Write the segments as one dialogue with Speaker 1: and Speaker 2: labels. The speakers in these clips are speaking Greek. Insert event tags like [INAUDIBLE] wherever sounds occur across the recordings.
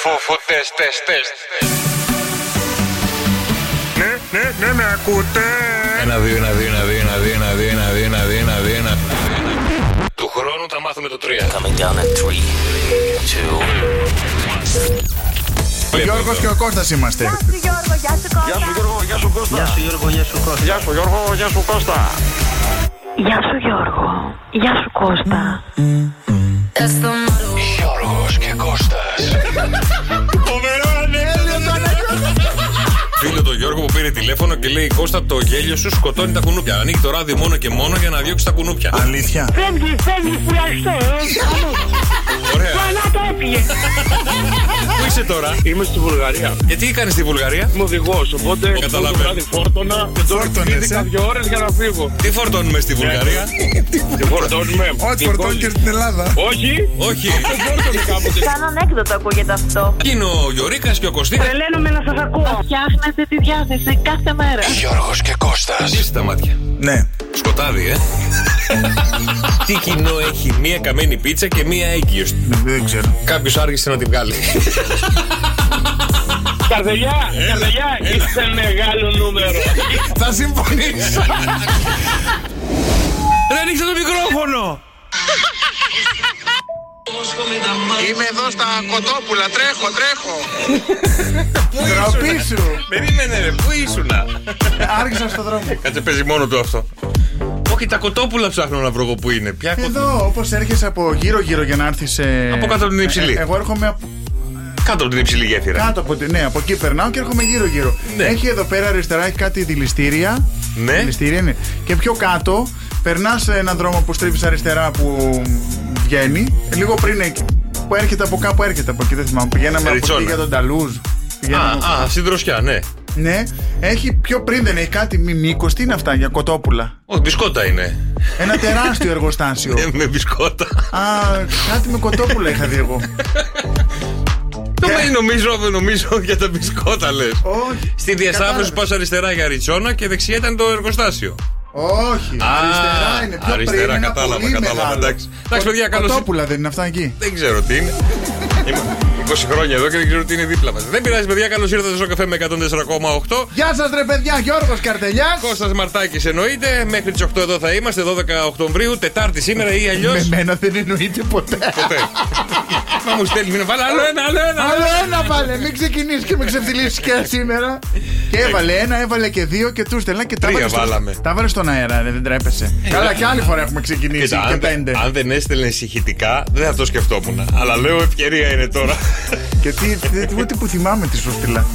Speaker 1: τεστ, τεστ, τεστ.
Speaker 2: Ναι, ναι, ναι, με ακούτε.
Speaker 1: Ένα, δύο, ένα, δύο, ένα, δύο, ένα, δύο, ένα, δύο, ένα, δύο, ένα, δύο, ένα, δύο, ένα, δύο, ένα. Του χρόνου θα μάθουμε το τρία.
Speaker 3: Coming down at 3, 2,
Speaker 4: Ο Γιώργος και ο Κώστας είμαστε.
Speaker 5: Γεια σου Γιώργο, γεια σου Κώστα.
Speaker 6: Γεια σου Γιώργο, γεια σου Κώστα.
Speaker 7: Γιώργο, γεια σου Κώστα.
Speaker 6: Γεια σου Γιώργο, γεια σου Κώστα.
Speaker 8: Γεια σου Γιώργο. Γεια σου Κώστα.
Speaker 1: Γιώργος και Κώστας.
Speaker 9: Φίλο το Γιώργο που πήρε τηλέφωνο και λέει Κώστα το γέλιο σου σκοτώνει τα κουνούπια. Ανοίγει το ράδι μόνο και μόνο για να διώξει τα κουνούπια.
Speaker 4: Αλήθεια.
Speaker 5: Φεύγει, φεύγει, κουραστό, ε.
Speaker 9: Ωραία.
Speaker 5: Καλά το έφυγε.
Speaker 9: Πού είσαι τώρα,
Speaker 7: Είμαι στη Βουλγαρία.
Speaker 9: γιατί κάνεις στη Βουλγαρία.
Speaker 7: Είμαι οδηγός, οπότε
Speaker 9: Καταλαβαίνω.
Speaker 7: το βράδυ φόρτωνα. Και τώρα
Speaker 4: Φόρτωνες, ε.
Speaker 7: πήγα δύο ώρες για να φύγω.
Speaker 9: Τι φορτώνουμε στη Βουλγαρία.
Speaker 7: Τι φορτώνουμε.
Speaker 4: Ό,τι
Speaker 7: την
Speaker 4: φορτώνει
Speaker 7: κόλλη.
Speaker 4: και στην Ελλάδα.
Speaker 7: Όχι,
Speaker 9: Όχι.
Speaker 7: δεν φόρτωνε κάποτε.
Speaker 5: Σαν ανέκδοτο ακούγεται αυτό.
Speaker 9: Είναι ο Γιωρίκας και ο Κωστής.
Speaker 5: Τρελαίνομαι να σας ακούω.
Speaker 8: Φτιάχνετε τη διάθεση κάθε μέρα.
Speaker 1: Γιώργος και Κώστας.
Speaker 9: Κλείσει τα μάτια.
Speaker 4: Ναι.
Speaker 9: Σκοτάδι, ε. Τι κοινό έχει μία καμένη πίτσα και μία έγκυο.
Speaker 4: Δεν ξέρω.
Speaker 9: Κάποιος άργησε να τη βγάλει.
Speaker 7: Καρδελιά,
Speaker 9: ε,
Speaker 7: καρδελιά, είστε μεγάλο νούμερο.
Speaker 4: Θα συμφωνήσω.
Speaker 9: Δεν ανοίξε το μικρόφωνο.
Speaker 2: Είμαι εδώ στα κοτόπουλα, τρέχω, τρέχω.
Speaker 4: Ντροπή σου.
Speaker 9: Περίμενε, ρε, πού ήσουνα.
Speaker 4: Άργησα στον δρόμο.
Speaker 9: Κάτσε, παίζει μόνο του αυτό. Όχι, τα κοτόπουλα ψάχνω να βρω εγώ που είναι. Ποια κοτόπουλα.
Speaker 4: Εδώ, όπως έρχεσαι από γύρω-γύρω για να έρθεις.
Speaker 9: Από κάτω από την υψηλή.
Speaker 4: Εγώ έρχομαι από
Speaker 9: Κάτω από την υψηλή γέφυρα.
Speaker 4: κάτω από την. Ναι, από εκεί περνάω και έρχομαι γύρω-γύρω.
Speaker 9: Ναι.
Speaker 4: Έχει εδώ πέρα αριστερά έχει κάτι δηληστήρια.
Speaker 9: Ναι.
Speaker 4: Δηληστήρια, ναι. Και πιο κάτω περνάς έναν δρόμο που στρίβεις αριστερά που βγαίνει. Λίγο πριν εκεί. Που έρχεται από κάπου, έρχεται από εκεί. Δεν θυμάμαι. Πηγαίναμε από
Speaker 9: Ριτσόνα.
Speaker 4: εκεί για τον Ταλούζ. Πηγαίναμε από-
Speaker 9: Α, α, στην δροσιά, ναι.
Speaker 4: Ναι, έχει πιο πριν δεν έχει κάτι μη μήκος, τι είναι αυτά για κοτόπουλα.
Speaker 9: Όχι, μπισκότα είναι.
Speaker 4: Ένα τεράστιο εργοστάσιο.
Speaker 9: [LAUGHS] Ε, με μπισκότα.
Speaker 4: Α, κάτι με κοτόπουλα είχα δει εγώ.
Speaker 9: Το
Speaker 4: Ε.
Speaker 9: μείνει Ε, νομίζω, νομίζω για τα μπισκότα λες.
Speaker 4: Όχι.
Speaker 9: Στη διασταύρωση
Speaker 4: Κατάλαβες.
Speaker 9: πας αριστερά για ριτσόνα και δεξιά ήταν το εργοστάσιο.
Speaker 4: Όχι. αριστερά είναι. Πιο
Speaker 9: αριστερά,
Speaker 4: πριν, ένα
Speaker 9: κατάλαβα,
Speaker 4: πολύ
Speaker 9: κατάλαβα,
Speaker 4: μεγάλο.
Speaker 9: εντάξει. Εντάξει, παιδιά, καλώς-
Speaker 4: Κοτόπουλα δεν είναι αυτά εκεί.
Speaker 9: Δεν ξέρω τι
Speaker 4: [LAUGHS]
Speaker 9: είναι. Είμαι 20 χρόνια εδώ και δεν ξέρω τι είναι δίπλα μας. Δεν πειράζει, παιδιά, καλώς ήρθατε στο καφέ με 104,8.
Speaker 4: Γεια σας, ρε παιδιά, Γιώργος Καρτελιάς.
Speaker 9: Κώστας Μαρτάκης εννοείται, μέχρι τις 8 εδώ θα είμαστε, 12 Οκτωβρίου, Τετάρτη σήμερα ή
Speaker 4: Με
Speaker 9: αλλιώς
Speaker 4: μένα δεν εννοείται ποτέ.
Speaker 9: [LAUGHS] ποτέ. Μα μου στέλνει μήνυμα, βάλε άλλο ένα, άλλο ένα.
Speaker 4: Άλλο ένα βάλε, μην ξεκινήσεις και με ξεφτυλίσει και σήμερα. Και έβαλε ένα, έβαλε και δύο και τους στελνά και τα
Speaker 9: Τρία
Speaker 4: βάλε στο-
Speaker 9: βάλαμε. Ε,
Speaker 4: Τα βάλε στον αέρα, ρε, δεν τρέπεσαι. Καλά, και άλλη φορά έχουμε ξεκινήσει
Speaker 9: Κοίτα,
Speaker 4: και
Speaker 9: αν,
Speaker 4: πέντε.
Speaker 9: δεν- αν δεν έστελνες ηχητικά, δεν θα το σκεφτόμουν. Αλλά λέω ευκαιρία είναι τώρα.
Speaker 4: [LAUGHS] Και τι, τι- ούτε που θυμάμαι τη σου στείλα.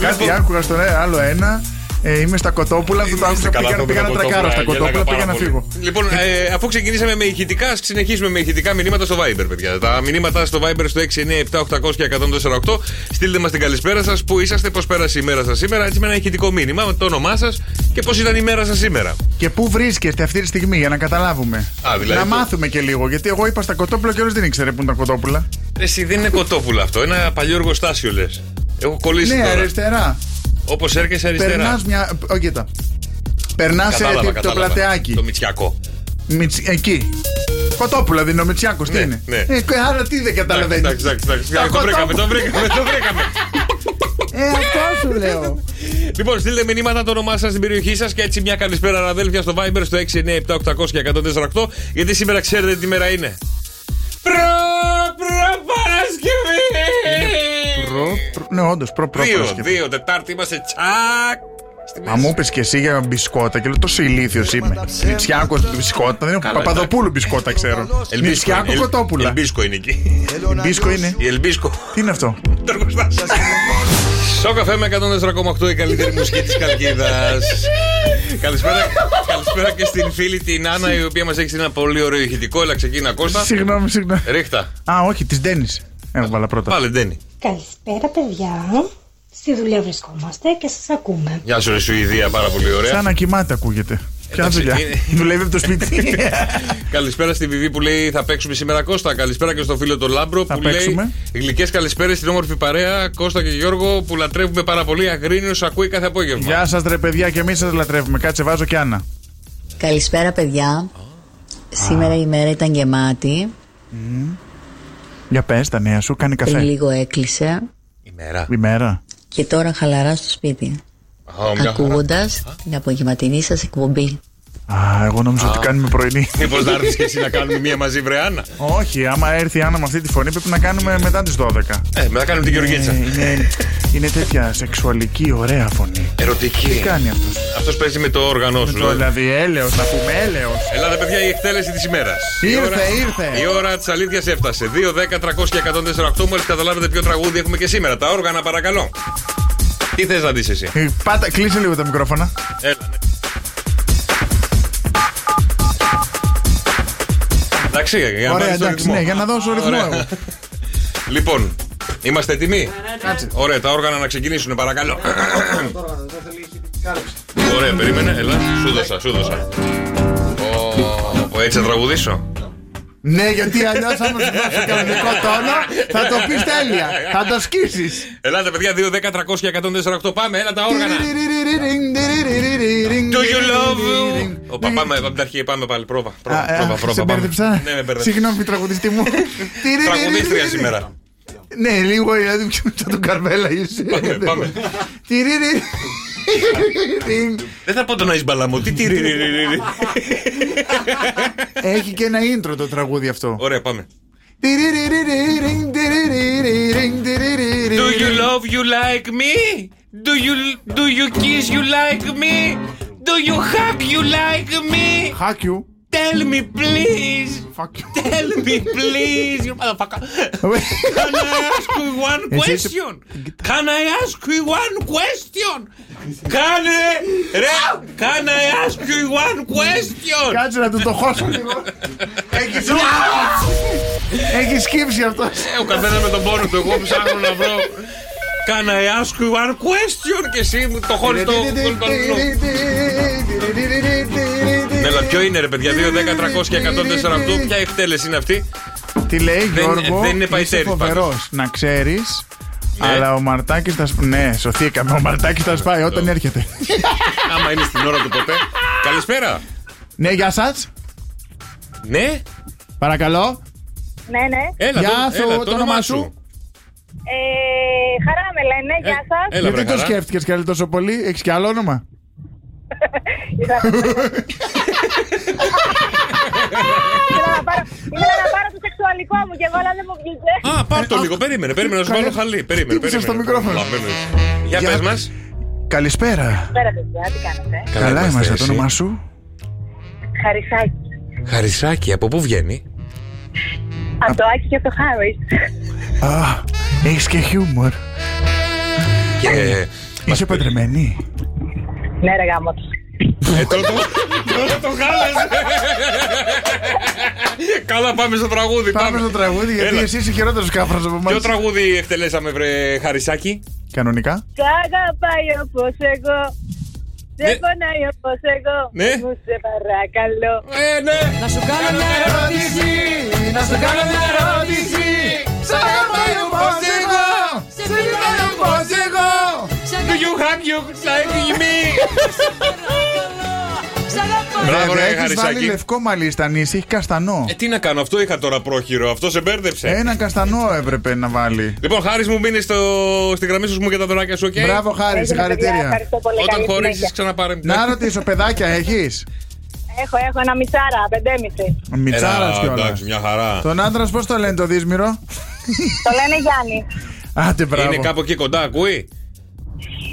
Speaker 4: Κάτι
Speaker 9: Λοιπόν.
Speaker 4: άκουγα στον αέρα, άλλο ένα. Ε, είμαι στα κοτόπουλα, αυτό το άκουσα.
Speaker 9: Καλά,
Speaker 4: Πήγα,
Speaker 9: το
Speaker 4: πήγα να
Speaker 9: κοτόπουλα,
Speaker 4: τρακάρω στα
Speaker 9: γέλαγα
Speaker 4: κοτόπουλα,
Speaker 9: πάρα
Speaker 4: πήγα να
Speaker 9: πολύ.
Speaker 4: φύγω.
Speaker 9: Λοιπόν, ε, αφού ξεκινήσαμε με ηχητικά, ας συνεχίσουμε με ηχητικά μηνύματα στο Viber, παιδιά. Τα μηνύματα στο Viber στο 697-800 και 148. Στείλτε μας την καλησπέρα σας, που είσαστε, πώς πέρασε η μέρα σας σήμερα, έτσι με ένα ηχητικό μήνυμα, με το όνομά σας και πώς ήταν η μέρα σας σήμερα.
Speaker 4: Και πού βρίσκεστε αυτή τη στιγμή για να καταλάβουμε.
Speaker 9: Α, δηλαδή
Speaker 4: να
Speaker 9: το-
Speaker 4: μάθουμε και λίγο. Γιατί εγώ είπα στα κοτόπουλα και όλο δεν ήξερε που είναι τα κοτόπουλα.
Speaker 9: Εσύ δεν είναι κοτόπουλο αυτό, ένα παλιό εργοστάσιο λες. Έχω κολλήσει
Speaker 4: Ναι,
Speaker 9: τώρα.
Speaker 4: αριστερά.
Speaker 9: Όπως έρχεσαι αριστερά.
Speaker 4: Περνάς μια. Όχι, κοίτα. Περνάς
Speaker 9: Κατάλαβα,
Speaker 4: το
Speaker 9: κατάλαβα.
Speaker 4: πλατεάκι.
Speaker 9: Το μητσιακό.
Speaker 4: Μιτς- Εκεί. Κοτόπουλα δεν είναι ο Μητσιάκο, τι
Speaker 9: Ναι,
Speaker 4: είναι.
Speaker 9: ναι.
Speaker 4: Ε, και άρα τι δεν καταλαβαίνεις.
Speaker 9: Εντάξει, εντάξει, εντάξει.
Speaker 4: Τα
Speaker 9: Το βρήκαμε,
Speaker 4: κοτόπουλα.
Speaker 9: το βρήκαμε, το βρήκαμε.
Speaker 4: Ε, αυτό σου
Speaker 9: [LAUGHS]
Speaker 4: λέω.
Speaker 9: Λοιπόν, στείλτε μηνύματα το όνομά σας στην περιοχή σας και έτσι μια καλησπέρα, αδέλφια, στο Viber στο 697-800 και 148. Γιατί σήμερα ξέρετε τι μέρα είναι. Προ, προ, Παρασκευή!
Speaker 4: Προ- προ- Ναι, όντως, προ προ-
Speaker 9: Δύο,
Speaker 4: Παρασκευή.
Speaker 9: δύο, Τετάρτη είμαστε τσακ. στη
Speaker 4: Μα
Speaker 9: μέση.
Speaker 4: μου πεις και εσύ για μπισκότα και λέω τόσο ηλίθιος είμαι. Μητσιάκος μπισκότα, δεν έχω Παπαδοπούλου μπισκότα ξέρω.
Speaker 9: Ελμπίσκο είναι,
Speaker 4: Μητσιάκο
Speaker 9: ελ-
Speaker 4: κοτόπουλα.
Speaker 9: Ελμπίσκο είναι εκεί.
Speaker 4: Μπίσκο είναι.
Speaker 9: Η Ελμπίσκο.
Speaker 4: Τι είναι αυτό.
Speaker 9: Το εργοστάσιο. Στο καφέ με 104,8 η καλύτερη μουσική της Καλκίδας. καλησπέρα, καλησπέρα και στην φίλη την Άννα η οποία μας έχει στείλει ένα πολύ ωραίο ηχητικό. Έλα, ξεκίνα Κώστα.
Speaker 4: Συγγνώμη, συγγνώμη.
Speaker 9: Ρίχτα.
Speaker 4: Α, όχι, της Ντένι. Έβαλα πρώτα.
Speaker 9: Πάλε, Ντένι.
Speaker 8: Καλησπέρα, παιδιά. Στη δουλειά βρισκόμαστε και σας ακούμε.
Speaker 9: Γεια σου, ρε Σουηδία, πάρα πολύ ωραία.
Speaker 4: Σαν να κοιμάται ακούγεται. Ποια
Speaker 9: Εντάξει,
Speaker 4: δουλειά.
Speaker 9: είναι-
Speaker 4: [LAUGHS] Δουλεύει από το
Speaker 9: [LAUGHS]
Speaker 4: σπίτι.
Speaker 9: Καλησπέρα στη Βιβί που λέει θα παίξουμε σήμερα Κώστα. Καλησπέρα και στο φίλο τον Λάμπρο
Speaker 4: Θα
Speaker 9: που
Speaker 4: παίξουμε.
Speaker 9: λέει γλυκές καλησπέρες στην όμορφη παρέα Κώστα και Γιώργο που λατρεύουμε πάρα πολύ. Αγρίνιος ακούει κάθε απόγευμα.
Speaker 4: Γεια σας, ρε παιδιά, και εμείς σας λατρεύουμε. Κάτσε, βάζω και Άννα.
Speaker 5: Καλησπέρα παιδιά. Σήμερα η μέρα ήταν γεμάτη.
Speaker 4: Για πες τα νέα σου, κάνει
Speaker 5: Πριν
Speaker 4: καφέ.
Speaker 5: λίγο έκλεισε.
Speaker 9: Η Μέρα.
Speaker 4: Ημέρα.
Speaker 5: Και τώρα χαλαρά στο σπίτι.
Speaker 9: Α, μια χαρά.
Speaker 5: Ακούγοντας την απογευματινή σας εκπομπή.
Speaker 4: Α, εγώ νόμιζα ότι κάνουμε πρωινή.
Speaker 9: Μήπως να έρθεις και εσύ να κάνουμε μία μαζί βρεάνα.
Speaker 4: Όχι, άμα έρθει η Άννα με αυτή τη φωνή πρέπει να κάνουμε μετά τις 12.
Speaker 9: Ε, μετά κάνουμε την Γεωργίτσα.
Speaker 4: Ε, είναι, είναι τέτοια σεξουαλική ωραία φωνή. Τι
Speaker 9: Ερωτική.
Speaker 4: κάνει αυτός.
Speaker 9: Αυτός παίζει με το όργανό σου.
Speaker 4: Το,
Speaker 9: ε.
Speaker 4: δηλαδή έλεος, να πούμε έλεος.
Speaker 9: Ελλάδα, παιδιά, η εκτέλεση της ημέρας.
Speaker 4: Ήρθε, ήρθε.
Speaker 9: Η ώρα της αλήθειας έφτασε. 2, 10, 300 και 148. Μόλις καταλάβετε ποιο τραγούδι έχουμε και σήμερα. Τα όργανα, παρακαλώ. Τι θες να δεις εσύ.
Speaker 4: Ε, Πάτα, κλείσε λίγο τα μικρόφωνα.
Speaker 9: Έλα, ναι. Εντάξει, για να
Speaker 4: Ωραία,
Speaker 9: πάρεις τον
Speaker 4: εντάξει, ναι, για να δώσω ρυθμό
Speaker 9: Ωραία.
Speaker 4: εγώ.
Speaker 9: Λοιπόν, είμαστε έτοιμοι.
Speaker 4: Κάτσε.
Speaker 9: Ωραία, τα όργανα να ξεκινήσουν, παρακαλώ. Ωραία, περίμενε, έλα. Σου δώσα, σου δώσα. Ω, ω, έτσι θα τραγουδήσω.
Speaker 4: Ναι, γιατί αλλιώς άμα σου δώσει κανονικό τόνο θα το πεις τέλεια. Θα το σκίσεις.
Speaker 9: Ελάτε, παιδιά, 2, 10, 300 και 148. Πάμε, έλα τα όργανα. Do you love you? Οπα, πάμε από την αρχή, πάμε πάλι. Πρόβα, πρόβα, πρόβα.
Speaker 4: Σε
Speaker 9: πρόβα πάμε.
Speaker 4: μπέρδεψα.
Speaker 9: Ναι, με μπέρδεψα.
Speaker 4: Συγγνώμη, τραγουδιστή μου.
Speaker 9: Τραγουδίστρια σήμερα.
Speaker 4: Ναι, λίγο δηλαδή πιο μετά τον Καρβέλα είσαι.
Speaker 9: Πάμε, πάμε.
Speaker 4: Τυρίρι.
Speaker 9: Δεν θα πω το να είσαι μπαλαμό. Τι τι ρι, ρι, ρι, ρι.
Speaker 4: Έχει και ένα intro το τραγούδι αυτό.
Speaker 9: Ωραία, πάμε.
Speaker 4: Τυρίριριριριν, τυρίριριριν, τυρίριριριν.
Speaker 9: Do you love you like me? Do you, do you kiss you like me? Do you hug you like me?
Speaker 4: Hack you.
Speaker 9: Tell me please.
Speaker 4: Fuck you.
Speaker 9: Tell me please. You motherfucker. Can I ask you one
Speaker 4: Εσύ είσαι-
Speaker 9: question? Can I ask you one question? Can I, ρε, can I ask you one question?
Speaker 4: Κάτσε να του το χώσω λίγο. Έχει σου- Έχεις σκύψει αυτό.
Speaker 9: Ε, ο καθένας με τον πόνο του. Εγώ ψάχνω να βρω. Can I ask you one question? Και εσύ μου το χώνει το. Ναι, αλλά ποιο είναι ρε παιδιά, 2, 10, 300 και 104 αυτού, ποια εκτέλεση είναι αυτή.
Speaker 4: Τι λέει
Speaker 9: Δεν- ε,
Speaker 4: Γιώργο,
Speaker 9: δεν είναι Ε.
Speaker 4: είσαι
Speaker 9: παϊτέρης,
Speaker 4: φοβερός, να ξέρεις. Αλλά ο Μαρτάκης θα σπάει. Ναι, σωθήκαμε. Ο Μαρτάκης θα σπάει όταν
Speaker 9: Ε. [LAUGHS]
Speaker 4: έρχεται.
Speaker 9: Άμα είναι στην ώρα του ποτέ. Καλησπέρα.
Speaker 4: ναι, γεια σας.
Speaker 9: Ναι,
Speaker 4: Παρακαλώ.
Speaker 10: Ναι, ναι.
Speaker 9: έλα,
Speaker 4: Γεια
Speaker 9: το,
Speaker 4: σου,
Speaker 9: έλα,
Speaker 4: το
Speaker 9: το όνομά
Speaker 4: όνομά
Speaker 9: σου.
Speaker 4: σου.
Speaker 10: Ε, χαρά με λένε, γεια σας.
Speaker 9: Έλα, βρε,
Speaker 4: Γιατί το
Speaker 9: χαρά.
Speaker 4: σκέφτηκες και άλλο τόσο πολύ, έχεις και άλλο όνομα.
Speaker 10: Ήθελα να πάρω, ήθελα να πάρω το σεξουαλικό μου και εγώ, αλλά δεν μου βγήκε.
Speaker 9: Α, πάρ το λίγο, περίμενε, περίμενε, να σου
Speaker 4: Ε, Καλέ,
Speaker 9: βάλω χαλί. Περίμενε,
Speaker 4: χτύπησες
Speaker 9: περίμενε.
Speaker 4: το μικρόφωνο.
Speaker 9: Λαμβάνω. Για
Speaker 4: Για-
Speaker 9: πες μας.
Speaker 4: Καλησπέρα.
Speaker 10: Πέρα, παιδιά, τι κάνετε.
Speaker 4: Καλά είμαστε, το
Speaker 9: εσύ.
Speaker 4: όνομά σου.
Speaker 10: Χαρισάκι.
Speaker 9: Χαρισάκι, από πού βγαίνει.
Speaker 10: Από το Άκη και από το Χάρι.
Speaker 4: Α, έχεις και χιούμορ.
Speaker 9: Και... ε,
Speaker 4: Είσαι παντρεμένη.
Speaker 10: Ναι, ρε γάμο του.
Speaker 9: Ε, τώρα το, [LAUGHS] τώρα το χάλασες. Καλά, πάμε στο τραγούδι.
Speaker 4: Πάμε στο τραγούδι, γιατί
Speaker 9: Έλα.
Speaker 4: εσύ είσαι χειρότερος κάφρας από
Speaker 9: Ποιο
Speaker 4: εμάς.
Speaker 9: τραγούδι εκτελέσαμε, βρε Χαρισάκι.
Speaker 4: Κανονικά.
Speaker 10: Σ' αγαπάει όπως εγώ.
Speaker 9: Ναι.
Speaker 10: Δεν πονάει όπως εγώ.
Speaker 9: Ναι.
Speaker 10: Μου σε παρακαλώ.
Speaker 9: Ε, ναι. Να σου κάνω μια ερώτηση. Να σου κάνω μια ερώτηση. Σ' αγαπάει ο Ποζέγο. Σ' αγαπάει ο Ποζέγο. Do you have you like me? Μπράβο,
Speaker 4: Βέβαια,
Speaker 9: ρε
Speaker 4: έχεις βάλει
Speaker 9: Χαρισάκι.
Speaker 4: λευκό μαλλί στα νύση, έχεις καστανό.
Speaker 9: Ε, τι να κάνω, αυτό είχα τώρα πρόχειρο. Αυτό σε μπέρδεψε.
Speaker 4: Ένα καστανό έπρεπε να βάλει.
Speaker 9: Λοιπόν, Χάρης μου, μείνεις στο... στην γραμμή σου μου και τα δωράκια σου, οκ.
Speaker 4: Μπράβο, Χάρη,
Speaker 10: Έγινε, παιδιά,
Speaker 4: συγχαρητήρια.
Speaker 10: Ευχαριστώ πολύ.
Speaker 9: Όταν
Speaker 10: καλή
Speaker 9: χωρίσει,
Speaker 10: συνέχεια.
Speaker 9: ξαναπάρε μου.
Speaker 4: Να ρωτήσω, παιδάκια έχεις.
Speaker 10: Έχω, έχω ένα μισάρα, πεντέμιση.
Speaker 4: Μιτσάρα
Speaker 9: Έλα,
Speaker 4: κιόλας.
Speaker 9: Εντάξει, μια χαρά.
Speaker 4: Τον άντρα πώς το λένε το δύσμηρο.
Speaker 10: Το λένε Γιάννη.
Speaker 4: Άντε, μπράβο.
Speaker 9: Είναι κάπου εκεί κοντά, ακούει.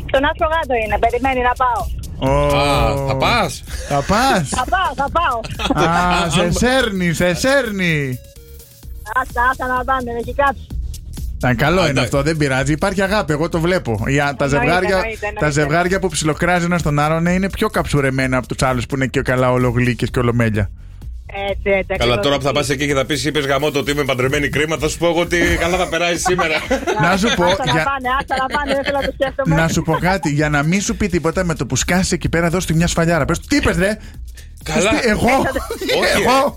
Speaker 10: Στον άσπρο γάτο είναι, περιμένει να πάω.
Speaker 4: Ω,
Speaker 9: Α, θα πας.
Speaker 4: Θα πας.
Speaker 10: Θα πάω, θα πάω.
Speaker 4: Α, σε σέρνει, σε σέρνει.
Speaker 10: Άστα, άστα να πάνε, έχει κάψει.
Speaker 4: Α, καλό είναι
Speaker 9: Εντάξει.
Speaker 4: αυτό, δεν πειράζει. Υπάρχει αγάπη, εγώ το βλέπω. Η- α, Τα ζευγάρια,
Speaker 10: εννοείται, εννοείται.
Speaker 4: τα ζευγάρια που ψιλοκράζει ένα τον άλλον ναι, είναι πιο καψουρεμένα από τους άλλους που είναι και καλά ολογλίκες και ολομέλια.
Speaker 10: Έτσι, έτσι.
Speaker 9: Καλά,
Speaker 10: ακριβώς.
Speaker 9: τώρα που θα πας εκεί και θα πεις: Είπες γαμό το ότι είμαι παντρεμένη κρίμα, θα σου πω εγώ ότι καλά θα περάσει σήμερα.
Speaker 10: Ναι,
Speaker 4: Να σου πω,
Speaker 10: Άστα να
Speaker 4: για-
Speaker 10: πάνε, άστα να πάνε, δεν θέλω να το σκέφτομαι.
Speaker 4: Να σου πω κάτι, για να μην σου πει τίποτα με το που σκάσει εκεί πέρα, δώσ' του μια σφαλιάρα. Πες του, τι είπες ρε!
Speaker 9: Καλά.
Speaker 4: Πες του, Εγώ!
Speaker 9: Όχι.
Speaker 4: Ε, Εγώ!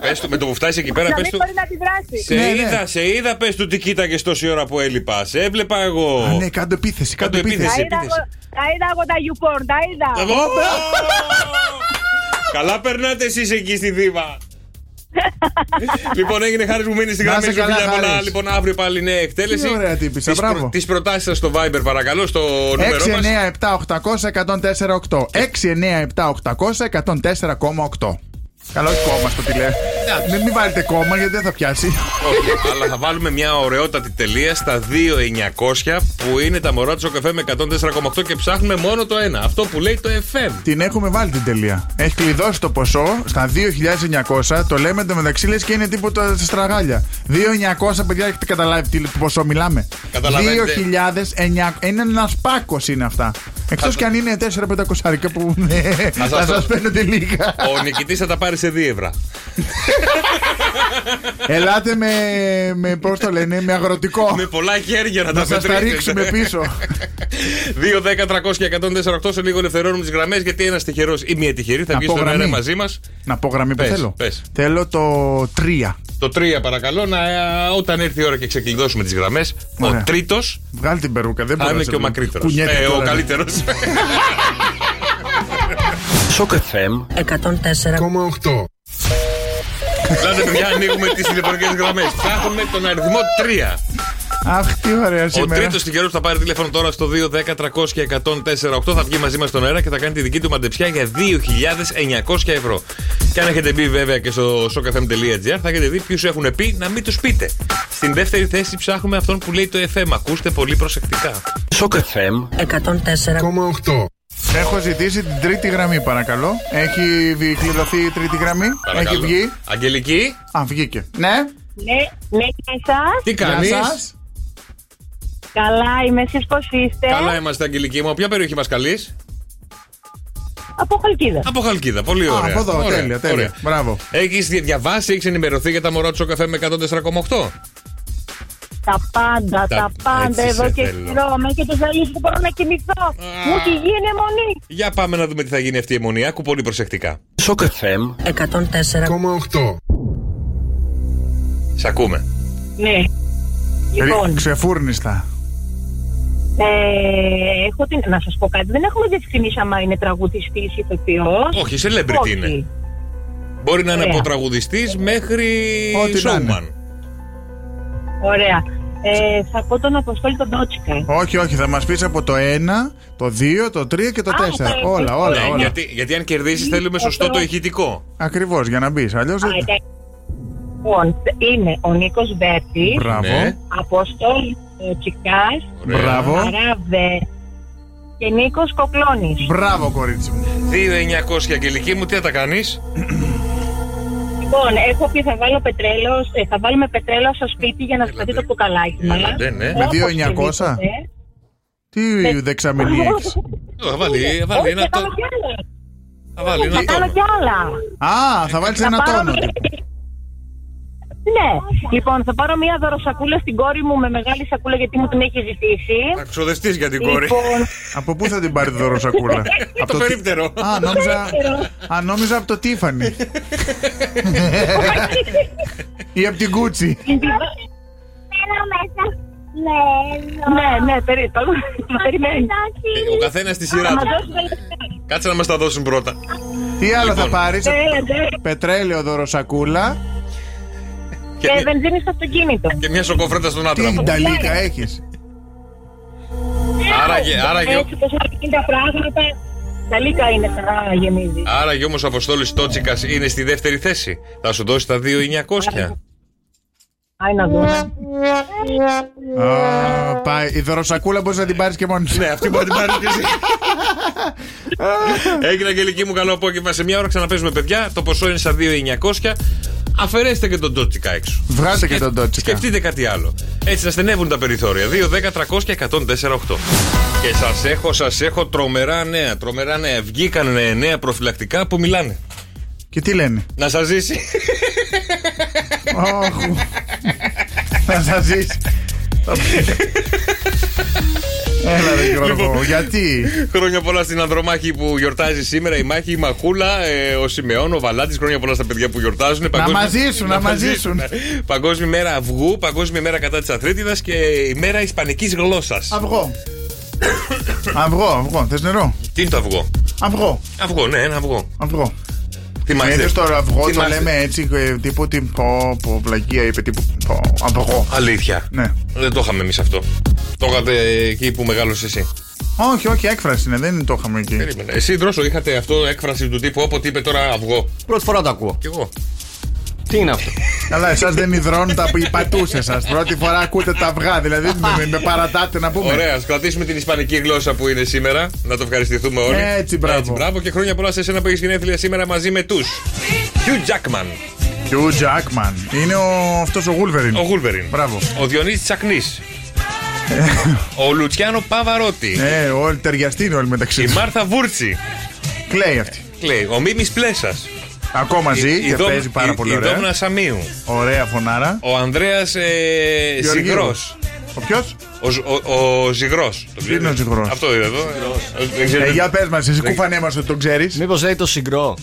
Speaker 9: Πες του, με Ε, το που φτάσεις εκεί πέρα,
Speaker 10: Να
Speaker 9: πε
Speaker 10: μην
Speaker 9: του.
Speaker 10: μπορεί να τη δράσει.
Speaker 9: Σε
Speaker 4: Ναι, ναι.
Speaker 9: είδα, σε είδα, πες του τι κοίταγες τόση ώρα που έλειπα. Σε έβλεπα εγώ.
Speaker 4: Α, ναι, κάτω επίθεση, κάτω
Speaker 9: Κάντο επίθεση.
Speaker 10: Τα
Speaker 4: επίθεση.
Speaker 10: είδα
Speaker 9: επίθεση.
Speaker 10: εγώ- Τα είδα εγώ τα YouPorn, τα
Speaker 9: Ε,
Speaker 10: είδα.
Speaker 9: Εγώ. Καλά περνάτε εσείς εκεί στη Δήμα. λοιπόν, έγινε χάρη που μείνεις στην
Speaker 4: Να
Speaker 9: γραμμή σου.
Speaker 4: είσαι καλά,
Speaker 9: Φιλιά πολλά.
Speaker 4: Χάρης.
Speaker 9: Λοιπόν, αύριο πάλι νέα εκτέλεση.
Speaker 4: Τι ωραία τύπησα,
Speaker 9: Τις
Speaker 4: μπράβο.
Speaker 9: προ- Τις προτάσεις σας στο Viber, παρακαλώ, στο νούμερό μας.
Speaker 4: 697-800-1048. 697-800-1048. Καλό όχι κόμμα στο τηλέφωνο. Μην, μην βάλετε κόμμα γιατί δεν θα πιάσει.
Speaker 9: Όχι, αλλά θα βάλουμε μια ωραιότατη τελεία στα 2.900 που είναι τα μωρά του καφέ με 104,8 και ψάχνουμε μόνο το ένα. Αυτό που λέει το FM.
Speaker 4: την έχουμε βάλει την τελεία. Έχει κλειδώσει το ποσό στα 2.900. Το λέμε εντωμεταξύ λες και είναι τίποτα σε στραγάλια. 2.900, παιδιά, έχετε καταλάβει τι ποσό μιλάμε.
Speaker 9: Καταλαβαίνετε.
Speaker 4: 2.900. Είναι ένας πάκος είναι αυτά. Εκτός κι αν είναι 4-5 κοσάρικα που ναι, [LAUGHS]
Speaker 9: σας
Speaker 4: θα
Speaker 9: το-
Speaker 4: σας φαίνονται λίγα.
Speaker 9: Ο νικητής θα τα πάρει σε 2 ευρώ.
Speaker 4: Ελάτε με, με πώς το λένε, με αγροτικό.
Speaker 9: Με πολλά χέρια να,
Speaker 4: Να σας τα
Speaker 9: μετρήσετε.
Speaker 4: ρίξουμε
Speaker 9: [LAUGHS]
Speaker 4: πίσω.
Speaker 9: 2, 10, 300 και 148 σε λίγο ελευθερώνουμε τις γραμμές γιατί ένας τυχερός ή μια τυχερή θα
Speaker 4: Να
Speaker 9: βγει
Speaker 4: πω
Speaker 9: στον αέρα
Speaker 4: γραμμή.
Speaker 9: μαζί μας.
Speaker 4: Να πω γραμμή που
Speaker 9: Πες,
Speaker 4: θέλω.
Speaker 9: πες.
Speaker 4: Θέλω το 3.
Speaker 9: Το 3 παρακαλώ να ε, όταν έρθει η ώρα και ξεκλειδώσουμε τις γραμμές, ο
Speaker 4: Ωραία.
Speaker 9: τρίτος
Speaker 4: Βγάλει την περούκα. Δεν
Speaker 9: θα
Speaker 4: μπορώ να
Speaker 9: είναι
Speaker 4: σε
Speaker 9: και ο
Speaker 4: βλέπω.
Speaker 9: μακρύτερος.
Speaker 4: Κουνιέται
Speaker 9: ο
Speaker 4: τώρα. ναι.
Speaker 9: καλύτερο.
Speaker 3: Shock FM
Speaker 5: 104.
Speaker 9: Λάτε παιδιά, ανοίγουμε τις τηλεφωνικές γραμμές. Ψάχνουμε τον αριθμό 3.
Speaker 4: Αχ, τι ωραία
Speaker 9: Ο
Speaker 4: σήμερα.
Speaker 9: τρίτος τυχερό που θα πάρει τηλέφωνο τώρα στο 2, 10, 300 και 148 θα βγει μαζί μα στον αέρα και θα κάνει τη δική του μαντεψιά για 2.900 ευρώ. Και αν έχετε μπει βέβαια και στο sokafm.gr θα έχετε δει ποιους έχουν πει να μην τους πείτε. Στην δεύτερη θέση ψάχνουμε αυτόν που λέει το FM. Ακούστε πολύ προσεκτικά.
Speaker 3: Shock FM
Speaker 5: 104.
Speaker 4: Έχω ζητήσει την τρίτη γραμμή, παρακαλώ. Έχει βγει- κλειδωθεί η τρίτη γραμμή.
Speaker 9: Παρακαλώ.
Speaker 4: Έχει βγει.
Speaker 9: Αγγελική,
Speaker 4: Α, βγήκε. Ναι,
Speaker 10: Ναι, ναι, και εσάς.
Speaker 9: τι
Speaker 4: γεια
Speaker 9: κάνει.
Speaker 4: σας.
Speaker 10: Καλά είμαι, εσείς πώς είστε.
Speaker 9: Καλά ε- είμαστε, Αγγελική μου. Από Ποια περιοχή μας καλείς,
Speaker 10: Από Χαλκίδα.
Speaker 9: Από Χαλκίδα. Πολύ
Speaker 4: Α,
Speaker 9: ωραία.
Speaker 4: από εδώ,
Speaker 9: Ωραία,
Speaker 4: τέλεια, τέλεια.
Speaker 9: ωραία.
Speaker 4: Μπράβο.
Speaker 9: Έχεις διαβάσει, έχεις ενημερωθεί για τα μωρά του καφέ με 104,8.
Speaker 10: Τα πάντα, τα,
Speaker 9: Τα-
Speaker 10: πάντα
Speaker 9: έτσι
Speaker 10: εδώ
Speaker 9: σε
Speaker 10: και
Speaker 9: θέλω.
Speaker 10: χειρό. Με έχετε ζαλίσει, δεν μπορώ να κοιμηθώ. Μου έχει γίνει αιμονή.
Speaker 9: Για πάμε να δούμε τι θα γίνει αυτή η αιμονία. Ακού πολύ προσεκτικά.
Speaker 3: Shock FM
Speaker 5: 104.
Speaker 9: Σ' ακούμε.
Speaker 10: Ναι. Λοιπόν,
Speaker 4: Ξεφούρνιστα.
Speaker 10: ε, έχω την... να σας πω κάτι. Δεν έχουμε διευκρινίσει άμα είναι τραγουδιστής ή ηθοποιός.
Speaker 9: Όχι, celebrity
Speaker 10: Όχι.
Speaker 9: είναι. Μπορεί να είναι
Speaker 10: Ωραία.
Speaker 9: από τραγουδιστή μέχρι
Speaker 4: Ό,τι να είναι.
Speaker 9: showman.
Speaker 10: Ωραία. Ε, θα πω τον Αποστόλη τον Τότσικα.
Speaker 4: Όχι, όχι, θα μας πεις από το 1, το 2, το 3 και το
Speaker 10: Α,
Speaker 4: 4.
Speaker 10: ε,
Speaker 4: Όλα,
Speaker 10: ε,
Speaker 4: όλα,
Speaker 9: Ναι,
Speaker 4: όλα.
Speaker 9: γιατί, γιατί αν κερδίσεις θέλουμε σωστό το ηχητικό.
Speaker 4: Ακριβώς, για να μπεις. Αλλιώς
Speaker 10: Α,
Speaker 4: δεν.
Speaker 10: εντάξει. Λοιπόν, είναι ο Νίκος Μπέρτη,
Speaker 4: Μπράβο.
Speaker 9: Ναι.
Speaker 10: Αποστόλη Τσικάς,
Speaker 9: Ωραία.
Speaker 4: Μπράβο.
Speaker 10: Αράβε και Νίκος Κοκλώνης.
Speaker 4: Μπράβο, κορίτσι μου.
Speaker 9: 2.900 Αγγελική μου, τι θα τα κάνεις.
Speaker 10: Λοιπόν, έχω πει θα, βάλω πετρέλαιο, ε, θα βάλουμε πετρέλαιο στο σπίτι για να σπαθεί το κουκαλάκι μας.
Speaker 9: Έλατε, Ε, ναι.
Speaker 4: Με
Speaker 10: Όπως
Speaker 4: 2.900?
Speaker 9: Ε.
Speaker 10: οτιδήποτε.
Speaker 4: Τι δεξαμενή
Speaker 9: [LAUGHS]
Speaker 4: έχεις.
Speaker 9: Θα βάλει, θα βάλει
Speaker 10: Όχι,
Speaker 9: ένα
Speaker 10: θα
Speaker 9: τόνο.
Speaker 10: κάνω κι άλλα.
Speaker 9: Θα βάλει
Speaker 10: Θα
Speaker 9: ένα
Speaker 10: κάνω
Speaker 9: τόνο.
Speaker 10: κι άλλα.
Speaker 4: Α, θα βάλεις ένα
Speaker 10: πάρω
Speaker 4: τόνο.
Speaker 10: μία- Ναι. Λοιπόν, θα πάρω μια δωροσακούλα στην κόρη μου με μεγάλη σακούλα γιατί μου την έχει ζητήσει.
Speaker 9: Θα ξοδευτείς για την κόρη. [LAUGHS]
Speaker 10: Λοιπόν,
Speaker 4: Από πού θα την πάρει τη δωροσακούλα. Από
Speaker 9: Το
Speaker 4: τι-
Speaker 9: περίπτερο.
Speaker 4: Α, νόμιζα, α, νόμιζα από το Tiffany ή από την Gucci.
Speaker 10: την πηδά-
Speaker 11: Θέλω μέσα μέλλον.
Speaker 10: Ναι, ναι, περί- το- το περιμένει.
Speaker 9: Ε, Ο καθένας στη
Speaker 10: Θα
Speaker 9: σειρά
Speaker 10: μας
Speaker 9: του.
Speaker 10: δώσει τα λεφτά.
Speaker 9: Κάτσε να μας τα δώσουν πρώτα.
Speaker 4: Τι άλλο θα
Speaker 9: Λοιπόν.
Speaker 4: πάρεις,
Speaker 10: Έλατε.
Speaker 4: πετρέλαιο δωροσακούλα.
Speaker 9: Και,
Speaker 10: Και Ε, βενζίνη στο αυτοκίνητο.
Speaker 9: και μια σοκοφρέτα στον άντρα
Speaker 4: Τι
Speaker 9: μου.
Speaker 4: νταλίκα έχει.
Speaker 9: Άραγε, άραγε,
Speaker 10: Έτσι, πως είναι τα πράγματα. Τα λίκα είναι τα γεμίζει.
Speaker 9: Άραγε όμως ο Αποστόλης Τότσικας είναι στη δεύτερη θέση. Θα σου δώσει τα 2.900.
Speaker 10: Άι να δούμε.
Speaker 4: Α, Πάει. Η δωροσακούλα μπορείς να την πάρεις και μόνη σου.
Speaker 9: ναι, αυτή μπορεί να την πάρεις
Speaker 4: [LAUGHS]
Speaker 9: και εσύ. Έγινε Αγγελική μου, καλό απόγευμα. Σε μια ώρα ξαναπέζουμε, παιδιά. Το ποσό είναι στα 2.900. Αφαιρέστε και τον Τότσικα έξω. Ε,
Speaker 4: Βγάζε και τον Τότσικα.
Speaker 9: Σκεφτείτε κάτι άλλο. Έτσι να στενεύουν τα περιθώρια. 2, 10, 300 και 104, 8. Και σας έχω, σας έχω τρομερά νέα. Τρομερά νέα. Βγήκαν ε, νέα προφυλακτικά που μιλάνε.
Speaker 4: Και τι λένε.
Speaker 9: Να σας ζήσει.
Speaker 4: Αχ, Θα σας ζήσει.
Speaker 9: Λοιπόν.
Speaker 4: Έλα ρε
Speaker 9: Λοιπόν.
Speaker 4: Γιώργο, γιατί.
Speaker 9: Χρόνια πολλά στην Ανδρομάχη που γιορτάζει σήμερα, η Μάχη, η Μαχούλα, ε, ο Σιμεών, ο Βαλάτη. Χρόνια πολλά στα παιδιά που γιορτάζουν. Παγκόσμια-
Speaker 4: μαζίσουν, να μαζίσουν.
Speaker 9: μαζίσουν. Παγκόσμια μέρα αυγού, Παγκόσμια μέρα κατά της Αθρίτιδα και η μέρα Ισπανικής γλώσσας.
Speaker 4: Αυγό. Αυγό, αυγό. Θες νερό.
Speaker 9: Τι είναι το αυγό.
Speaker 4: Αυγό.
Speaker 9: Αυγό, ναι, ένα αυγό.
Speaker 4: Αυγό.
Speaker 9: Θυμάστε.
Speaker 4: Συνήθως το αυγό το
Speaker 9: Θυμάστε.
Speaker 4: λέμε έτσι, ε, τύπου ότι πω, πω, πλαγία είπε τύπου πω, αυγό.
Speaker 9: Αλήθεια.
Speaker 4: Ναι.
Speaker 9: Δεν το είχαμε εμείς αυτό. Το είχατε εκεί που μεγάλωσες εσύ.
Speaker 4: Όχι, όχι, έκφραση είναι, δεν το είχαμε εκεί.
Speaker 9: Περίμενε. Εσύ, Δρόσο, είχατε αυτό έκφραση του τύπου όποτε είπε τώρα αυγό.
Speaker 12: Πρώτη φορά το ακούω.
Speaker 9: Κι εγώ.
Speaker 12: Τι είναι αυτό.
Speaker 4: Καλά, εσάς δεν υδρώνουν τα πατούσε σας. Πρώτη φορά ακούτε τα αυγά, δηλαδή με, με παρατάτε να πούμε.
Speaker 9: Ωραία, ας κρατήσουμε την ισπανική γλώσσα που είναι σήμερα. Να το ευχαριστηθούμε όλοι.
Speaker 4: Έτσι, μπράβο.
Speaker 9: και χρόνια πολλά σε εσένα που έχεις γενέθλια σήμερα μαζί με τους. Hugh Jackman.
Speaker 4: Hugh Jackman. Είναι ο, αυτός ο Γούλβεριν.
Speaker 9: Ο Γούλβεριν.
Speaker 4: Μπράβο.
Speaker 9: Ο Διονύσης
Speaker 4: [LAUGHS]
Speaker 9: Τσακνής ο Λουτσιάνο Παβαρότη.
Speaker 4: Ναι, όλοι ταιριαστοί είναι όλοι μεταξύ
Speaker 9: η
Speaker 4: τους.
Speaker 9: Μάρθα Βούρτσι.
Speaker 4: Κλαίει αυτή.
Speaker 9: Λέει, ο Μίμης Πλέσας.
Speaker 4: Ακόμα ζει
Speaker 9: η
Speaker 4: και
Speaker 9: Δόμ-
Speaker 4: παίζει πάρα
Speaker 9: η-
Speaker 4: πολύ
Speaker 9: Η
Speaker 4: ωραία.
Speaker 9: Δόμνα Σαμίου.
Speaker 4: Ωραία φωνάρα.
Speaker 9: Ο Ανδρέας ε,
Speaker 4: Γεωργίου.
Speaker 9: Ζυγρός.
Speaker 4: Ο ποιος?
Speaker 9: Ο, Ζ- ο, ο Ζυγρός. Το
Speaker 4: είναι ο Ζυγρός?
Speaker 9: Αυτό είναι εδώ. Δεν ξέρω.
Speaker 4: Ε, για πες μας, εσύ
Speaker 9: Δεν-
Speaker 4: κουφανέ μας ότι τον ξέρεις.
Speaker 12: Μήπως λέει το συγκρό.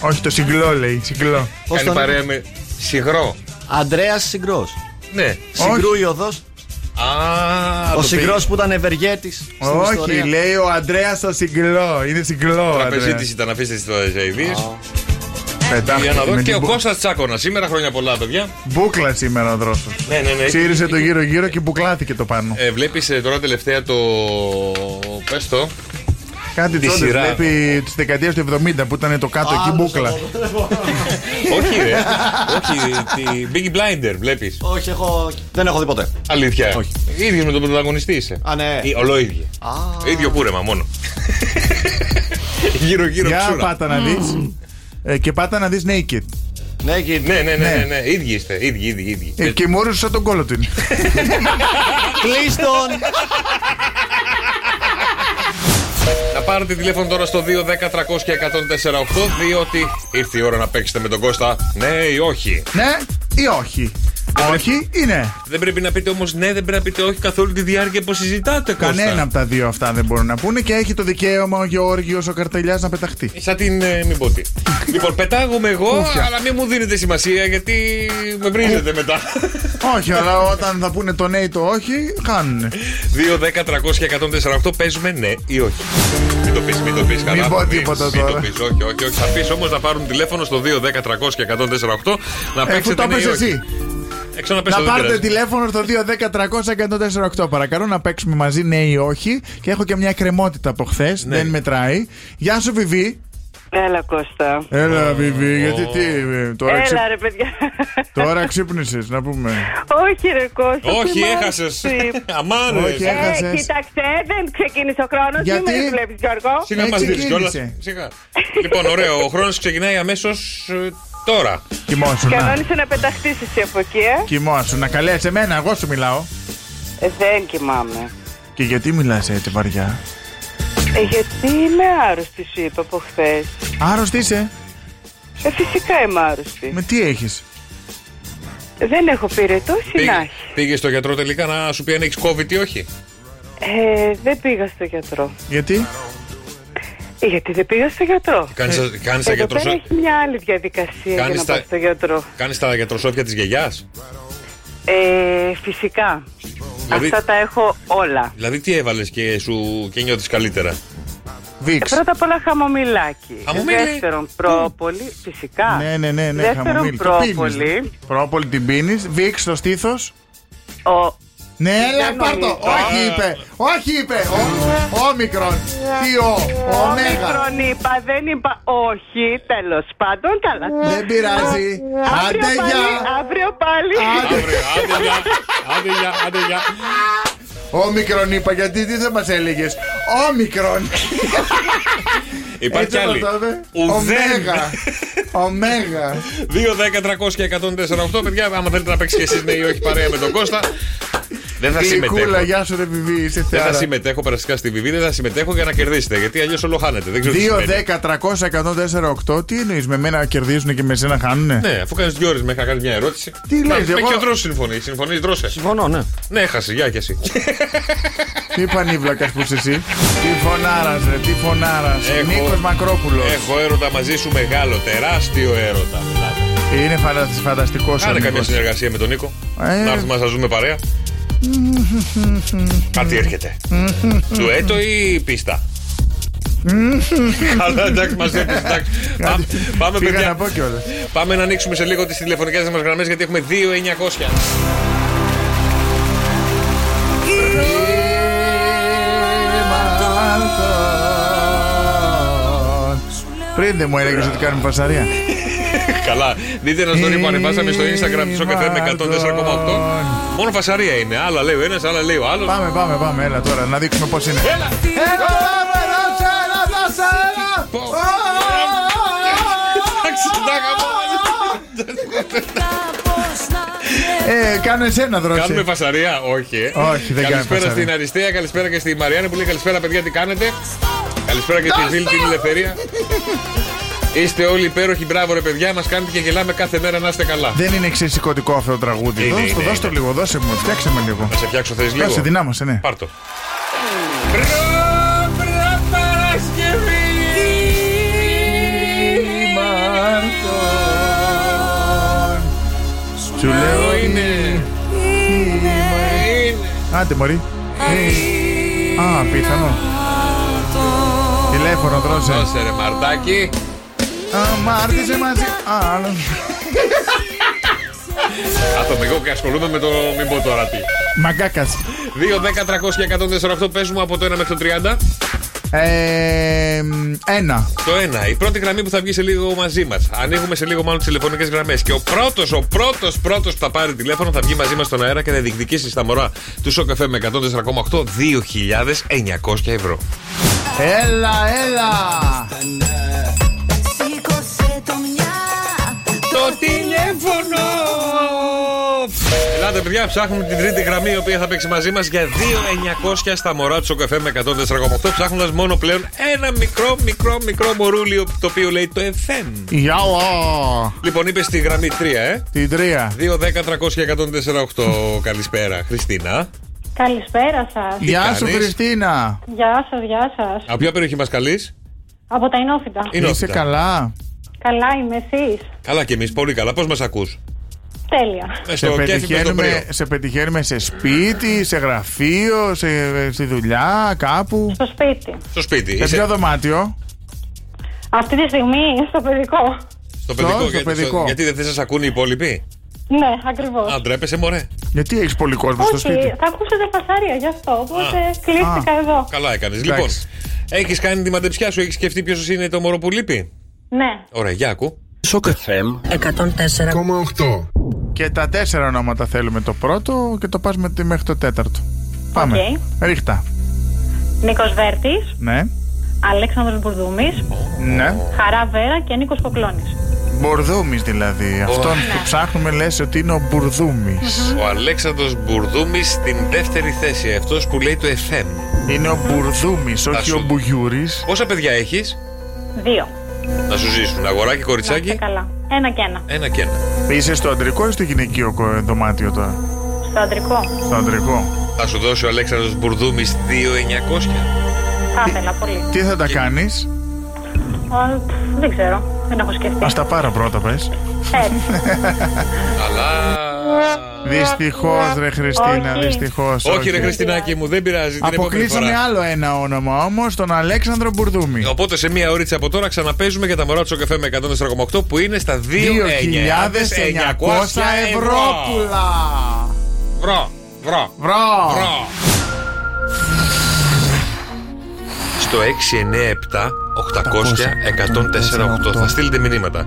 Speaker 4: Όχι, το συγκλό λέει. Συγκλό.
Speaker 12: Πώς
Speaker 9: Κάνει
Speaker 12: τον
Speaker 9: παρέα με Συγρό.
Speaker 12: Ανδρέας Συγκρό.
Speaker 9: Ναι.
Speaker 12: Συγκρού η οδό.
Speaker 9: Α,
Speaker 12: Ο
Speaker 9: το
Speaker 12: Συγκρό που ήταν ευεργέτης.
Speaker 4: Όχι, λέει ο Αντρέα ο συγκλό. Είναι συγκλό. ο
Speaker 9: Τραπεζίτη
Speaker 4: Ανδρέας.
Speaker 9: ήταν, αφήστε τις ιδέε. Για να
Speaker 4: Πετάχτηκε.
Speaker 9: δω.
Speaker 4: Ε, με
Speaker 9: Και ο
Speaker 4: την μπου-
Speaker 9: Κώστας Τσάκονα. Σήμερα χρόνια πολλά, παιδιά.
Speaker 4: Μπούκλα σήμερα ο δρόσος.
Speaker 9: Ναι, ναι, ναι.
Speaker 4: Ξύρισε το γύρω-γύρω και μπουκλάθηκε το πάνω.
Speaker 9: Ε, Βλέπεις τώρα τελευταία το. Πες το.
Speaker 4: Κάτι
Speaker 9: τη
Speaker 4: τότε
Speaker 9: σειρά.
Speaker 4: βλέπει της δεκαετίας του 70 που ήταν το κάτω εκεί μπουκλα.
Speaker 9: Όχι, ρε. Όχι, τη Big Blinder βλέπεις.
Speaker 12: Όχι, έχω... δεν έχω δει ποτέ.
Speaker 9: Αλήθεια.
Speaker 12: Όχι.
Speaker 9: ίδιος με τον πρωταγωνιστή είσαι.
Speaker 12: Α, ναι.
Speaker 9: Ή, Ολόιδια. ίδιο κούρεμα μόνο. Γύρω-γύρω
Speaker 4: Για
Speaker 9: ξούρα.
Speaker 4: πάτα να δεις. Και πάτα να δεις naked.
Speaker 12: Ναι, και...
Speaker 9: Ναι, ναι, ναι,
Speaker 4: Ναι.
Speaker 9: ναι, ναι. Ίδιοι είστε. Ίδιοι, ίδιοι, ίδιοι.
Speaker 4: Ε, Και μούρουσε σαν τον κόλο του. είναι.
Speaker 12: Κλείστον!
Speaker 9: Να πάρετε τηλέφωνο τώρα στο 210-300-1048 διότι ήρθε η ώρα να παίξετε με τον Κώστα. Ναι ή όχι.
Speaker 4: Ναι ή όχι. Όχι ή ναι.
Speaker 9: Δεν πρέπει να πείτε όμως ναι, δεν πρέπει να πείτε όχι καθόλου τη διάρκεια που συζητάτε, Κώστα.
Speaker 4: Κανένα από τα δύο αυτά δεν μπορούν να πούνε και έχει το δικαίωμα ο Γεώργιος ο Καρτελιάς να πεταχτεί.
Speaker 9: Σαν την ε, μην [LAUGHS] πω τι. λοιπόν, πετάγομαι εγώ, αλλά μην μου δίνετε σημασία γιατί με βρίζετε μετά. [LAUGHS]
Speaker 4: όχι, αλλά όταν θα πούνε το ναι ή το όχι, χάνουν.
Speaker 9: 2, 10, 300 και 148 παίζουμε ναι ή όχι. Μην το πεις, μην το πεις καλά.
Speaker 4: Μην πω
Speaker 9: Μην-
Speaker 4: τίποτα
Speaker 9: μην
Speaker 4: τώρα.
Speaker 9: το πεις, όχι, όχι, όχι. Θα πεις όμως να πάρουν τηλέφωνο στο 2, 10, 300 και 148 να
Speaker 4: Εφού
Speaker 9: παίξετε
Speaker 4: Ε, το
Speaker 9: ναι
Speaker 4: πες
Speaker 9: ή όχι.
Speaker 4: εσύ.
Speaker 9: Ε, ξαναπες
Speaker 4: Να
Speaker 9: το, δεν
Speaker 4: πάρετε
Speaker 9: πειράζει.
Speaker 4: τηλέφωνο στο 210-300-1048. Παρακαλώ να παίξουμε μαζί ναι ή όχι. Και έχω και μια κρεμότητα από χθες. Δεν μετράει. Γεια σου, Βιβί.
Speaker 10: Έλα Κώστα.
Speaker 4: Έλα, Βιβί, γιατί τι. ε, Τώρα, ξυπ...
Speaker 10: Έλα ρε παιδιά.
Speaker 4: τώρα ξύπνησες, να πούμε.
Speaker 10: Όχι ρε Κώστα.
Speaker 9: Όχι,
Speaker 10: θυμάσαι.
Speaker 9: έχασε.
Speaker 4: [LAUGHS]
Speaker 9: Αμάν, ρε.
Speaker 4: Όχι,
Speaker 10: Ε,
Speaker 4: έχασε.
Speaker 10: κοίταξε, δεν ξεκίνησε ο χρόνος. Μην
Speaker 4: Γιατί?
Speaker 10: με βλέπεις, Γιώργο.
Speaker 9: Σιγά
Speaker 4: Ε,
Speaker 9: μας δίνεις
Speaker 4: ξεκίνησε.
Speaker 9: κιόλας. Σιγά. λοιπόν, ωραίο. Ο χρόνος ξεκινάει αμέσως τώρα.
Speaker 4: Κοιμόσου, να.
Speaker 10: Κανόνισε να πεταχτεί εσύ από εκεί, ε.
Speaker 4: Κοιμόσου, να καλέσει εμένα, εγώ σου μιλάω.
Speaker 10: Ε, Δεν κοιμάμαι.
Speaker 4: Και γιατί μιλάς έτσι βαριά.
Speaker 10: Ε, γιατί είμαι άρρωστη, σου είπα από χθες.
Speaker 4: Άρρωστη είσαι.
Speaker 10: Ε, φυσικά είμαι άρρωστη.
Speaker 4: Με τι έχεις.
Speaker 10: Δεν έχω πυρετό, συνάχη.
Speaker 9: Πήγε στο γιατρό τελικά να σου πει αν έχεις COVID ή όχι.
Speaker 10: Ε, δεν πήγα στο γιατρό.
Speaker 4: Γιατί.
Speaker 10: Ε, γιατί δεν πήγα στο γιατρό.
Speaker 4: Ε,
Speaker 9: Κάνεις τα
Speaker 10: Εδώ πέρα
Speaker 9: γιατροσό...
Speaker 10: έχει μια άλλη διαδικασία για
Speaker 9: Κάνεις
Speaker 10: να
Speaker 9: τα-
Speaker 10: πάω στο γιατρό.
Speaker 9: Κάνεις τα γιατροσόφια της γιαγιάς.
Speaker 10: Ε, φυσικά.
Speaker 9: Δηλαδή-
Speaker 10: Αυτά τα έχω όλα.
Speaker 9: Δηλαδή, τι έβαλες και, σου... και νιώθεις καλύτερα.
Speaker 10: Ε,
Speaker 4: Βίξ.
Speaker 10: Πρώτα απ' όλα χαμομηλάκι.
Speaker 9: Χαμομήλι.
Speaker 10: Δεύτερον, πρόπολη. Φυσικά.
Speaker 4: Ναι, ναι, ναι, ναι.
Speaker 10: Δεύτερον,
Speaker 4: χαμομήλι. Το πίνεις.
Speaker 10: πρόπολη.
Speaker 4: Πρόπολη την πίνεις. Βίξ στο στήθος
Speaker 10: Ο...
Speaker 4: Ναι, έλα,
Speaker 10: Δεν
Speaker 4: πάρ' το.
Speaker 10: νομίζω.
Speaker 4: Όχι, είπε. Όχι, είπε. Όμικρον. Τι ο. Ωμέγα.
Speaker 10: Όμικρον είπα, δεν είπα όχι, τέλος πάντων, καλά.
Speaker 9: Ναι.
Speaker 4: Δεν πειράζει.
Speaker 10: Αύριο
Speaker 4: Άντε,
Speaker 10: πάλι,
Speaker 4: γεια.
Speaker 10: αύριο πάλι.
Speaker 9: Αύριο, άντε γεια. Άντε γεια, άντε γεια.
Speaker 4: Όμικρον είπα, γιατί τι δεν μας έλεγες. Όμικρον.
Speaker 9: Υπάρχει κι
Speaker 4: Έτσι
Speaker 9: άλλη.
Speaker 4: το λέμε.
Speaker 9: Ουδέν. [LAUGHS]
Speaker 4: Ωμέγα. Ωμέγα.
Speaker 9: 2, 10, 300 και 148. Παιδιά, άμα θέλετε να παίξει και εσείς ναι ή όχι παρέα με τον Κώστα. Δεν θα συμμετέχω.
Speaker 4: Γλυκούλα, γεια σου, ρε βιβί. Είσαι
Speaker 9: Δεν θα
Speaker 4: θεάρα.
Speaker 9: συμμετέχω περαστικά στη βιβλία, δεν θα συμμετέχω για να κερδίσετε. Γιατί αλλιώς όλο χάνετε. Δεν ξέρω τι σημαίνει.
Speaker 4: 2-10-300-104-8. Τι εννοείς, με μένα κερδίζουν και με σένα χάνουνε.
Speaker 9: Ναι, αφού κάνεις δύο ώρες μέχρι να κάνεις μια ερώτηση.
Speaker 4: Τι
Speaker 9: Να,
Speaker 4: λες,
Speaker 9: Με
Speaker 4: εγώ-
Speaker 9: και ο Δρόσος συμφωνεί. Συμφωνείς, Δρόσε.
Speaker 12: Συμφωνώ, ναι.
Speaker 9: Ναι, έχασε, γεια και εσύ.
Speaker 4: Τι πανίβλακας που είσαι εσύ. Τι φωνάρας, ρε, τι φωνάρας.
Speaker 9: Έχω-
Speaker 4: Νίκος Μακρόπουλος.
Speaker 9: Έχω έρωτα μαζί σου μεγάλο, τεράστιο έρωτα.
Speaker 4: Είναι φανταστικός ο
Speaker 9: Κάνε κάποια
Speaker 4: Νίκος.
Speaker 9: συνεργασία με τον Νίκο.
Speaker 4: Ε.
Speaker 9: Να έρθουμε να σας δούμε παρέα. Κάτι έρχεται. Ντουέτο ή πίστα. Καλά, εντάξει, μας έπεισε. εντάξει. Πάμε- Πάμε,
Speaker 4: Πήγα
Speaker 9: παιδιά.
Speaker 4: να πω κιόλας.
Speaker 9: Πάμε να ανοίξουμε σε λίγο τις τηλεφωνικές μας γραμμές γιατί έχουμε 2.900.
Speaker 4: Πριν δεν μου έλεγες ότι κάνουμε πασαρία.
Speaker 9: Καλά. Δείτε ένα story που ανεβάσαμε στο Instagram της ΟΚΕΤΕΡ με 104,8. Μόνο φασαρία είναι. Άλλα λέει ο ένας, άλλα λέει ο άλλος.
Speaker 4: Πάμε, πάμε, πάμε. Έλα τώρα να δείξουμε πώς είναι.
Speaker 9: Έλα!
Speaker 4: Έλα, πάμε, δώσε, έλα, δώσε, έλα. Ε, κάνω εσένα δρόση.
Speaker 9: Κάνουμε φασαρία, όχι. ε.
Speaker 4: Όχι, δεν κάνουμε
Speaker 9: Καλησπέρα
Speaker 4: φασαρία.
Speaker 9: στην Αριστεία, καλησπέρα και στη Μαριάννη που λέει καλησπέρα, παιδιά, τι κάνετε. Καλησπέρα και στη Βίλη την Ελευθερία. Είστε όλοι υπέροχοι, μπράβο ρε παιδιά, μας κάνετε και γελάμε κάθε μέρα να είστε καλά.
Speaker 4: Δεν είναι ξεσηκωτικό αυτό το τραγούδι.
Speaker 9: Είναι,
Speaker 4: Δώσ' το,
Speaker 9: είναι,
Speaker 4: δώσε το λίγο, δώσε μου, φτιάξε με λίγο.
Speaker 9: Να σε φτιάξω, θες λίγο.
Speaker 4: Δώσε, δυνάμωσε, ναι.
Speaker 9: Πάρ' το.
Speaker 4: Σου λέω είναι. Άντε, Μωρή. Α, πιθανό. Τηλέφωνο, δώσε.
Speaker 9: Δώσε ρε Μαρτάκι.
Speaker 4: Αμάρτησε μαζί. Άλλο.
Speaker 9: Άτομα, εγώ και ασχολούμαι με το μην πω τώρα τι.
Speaker 4: Μαγκάκας.
Speaker 9: 2, 10, 300 και 104,8 παίζουμε από το 1 μέχρι το 30.
Speaker 4: Ε, μ, ένα.
Speaker 9: Το ένα, η πρώτη γραμμή που θα βγει σε λίγο μαζί μας. Ανοίγουμε σε λίγο μάλλον τις τηλεφωνικές γραμμές. Και ο πρώτος, ο πρώτος, πρώτος που θα πάρει τηλέφωνο θα βγει μαζί μας στον αέρα και θα διεκδικήσει στα μωρά του Σοκαφέ με 104,8 2.900 ευρώ.
Speaker 4: Έλα, έλα.
Speaker 9: Το τηλέφωνο! Ελάτε, παιδιά, ψάχνουμε την τρίτη γραμμή η οποία θα παίξει μαζί μας για 2.900 στα μωρά του καφέ με 104,8 ψάχνοντας μόνο πλέον ένα μικρό, μικρό, μικρό μωρούλι το οποίο λέει το FM.
Speaker 4: Γεια, ω.
Speaker 9: Λοιπόν, είπε στη γραμμή 3, ε.
Speaker 4: Την τρία.
Speaker 9: 2-10-300-1048. Καλησπέρα, Χριστίνα.
Speaker 10: Καλησπέρα σας.
Speaker 4: Γεια σου,
Speaker 9: κάνεις?
Speaker 4: Χριστίνα.
Speaker 10: Γεια σας, γεια σας.
Speaker 9: Από ποια περιοχή μας καλείς,
Speaker 10: Από τα Ινόφυτα.
Speaker 4: Είσαι καλά.
Speaker 10: Καλά είμαι εσείς.
Speaker 9: Καλά και εμείς, πολύ καλά. Πώς μας ακούς.
Speaker 10: Τέλεια.
Speaker 4: Σε πετυχαίνουμε, σε πετυχαίνουμε σε σπίτι, σε γραφείο, σε, στη δουλειά, κάπου.
Speaker 10: Στο σπίτι.
Speaker 9: Στο σπίτι.
Speaker 4: Σε
Speaker 9: Είσαι
Speaker 4: ποιο δωμάτιο.
Speaker 10: Αυτή τη στιγμή στο παιδικό.
Speaker 9: στο παιδικό.
Speaker 4: στο
Speaker 9: γιατί,
Speaker 4: παιδικό.
Speaker 9: γιατί δεν θες να σε ακούνε οι υπόλοιποι.
Speaker 10: Ναι, ακριβώς.
Speaker 9: Α, ντρέπεσαι, μωρέ.
Speaker 4: Γιατί έχεις πολύ κόσμο στο
Speaker 10: Όχι,
Speaker 4: σπίτι.
Speaker 10: θα ακούσετε φασαρία γι' αυτό. Οπότε
Speaker 9: Α.
Speaker 10: κλείστηκα εδώ.
Speaker 9: Καλά έκανες.
Speaker 4: Εντάξει.
Speaker 9: Λοιπόν, έχεις κάνει τη μαντεψιά σου, έχεις σκεφτεί ποιος είναι το μωρό που λείπει.
Speaker 10: Ναι.
Speaker 9: Ωραία, για ακού.
Speaker 3: Σοκαφέμ.
Speaker 5: 104.
Speaker 4: Και τα τέσσερα ονόματα θέλουμε. Το πρώτο και το πας μέχρι το τέταρτο. Πάμε. Ρίχτα.
Speaker 10: Νίκος Βέρτης,
Speaker 4: Ναι.
Speaker 10: Αλέξανδρος Μπουρδούμης,
Speaker 4: Ναι.
Speaker 10: Χαρά Βέρα και Νίκος Κοκλώνη.
Speaker 4: Μπορδούμη δηλαδή. Αυτόν που ψάχνουμε λες ότι είναι ο Μπουρδούμης.
Speaker 9: Ο Αλέξανδρος Μπουρδούμης στην δεύτερη θέση. Αυτός που λέει το FM.
Speaker 4: Είναι ο Μπουρδούμης, όχι
Speaker 9: σου-
Speaker 4: ο Μπουγιούρης.
Speaker 9: Πόσα παιδιά έχεις
Speaker 10: Δύο.
Speaker 9: να σου ζήσουν, αγοράκι,
Speaker 10: Να είστε
Speaker 9: κοριτσάκι.
Speaker 10: καλά. Ένα και ένα.
Speaker 9: Ένα και ένα.
Speaker 4: Είσαι στο αντρικό ή στο γυναικείο κο- δωμάτιο τώρα.
Speaker 10: Στο αντρικό.
Speaker 4: Στο αντρικό.
Speaker 9: Θα σου δώσει ο Αλέξανδρος Μπουρδούμης 2.900.
Speaker 10: Θα ήθελα πολύ.
Speaker 4: Τι θα τα κάνεις,
Speaker 10: Α, πφ, Δεν ξέρω. Δεν έχω σκεφτεί.
Speaker 4: Ας τα πάρω πρώτα, πες.
Speaker 10: Έτσι.
Speaker 9: Αλλά...
Speaker 4: Δυστυχώς, ρε Χριστίνα,
Speaker 10: Όχι.
Speaker 4: δυστυχώς.
Speaker 9: Όχι ρε Χριστινάκη μου, δεν πειράζει. Την επόμενη
Speaker 4: Αποκλείσαμε
Speaker 9: φορά.
Speaker 4: άλλο ένα όνομα όμως, τον Αλέξανδρο Μπουρδούμη.
Speaker 9: Οπότε σε μία ώριτσα από τώρα ξαναπαίζουμε για τα μωρά του καφέ με 104,8 που είναι στα 2.900 ευρώ.
Speaker 4: ευρωπουλά.
Speaker 9: Βρω, βρω,
Speaker 4: Βρω.
Speaker 9: βρω. Στο 697 800 1048 θα στείλετε μηνύματα.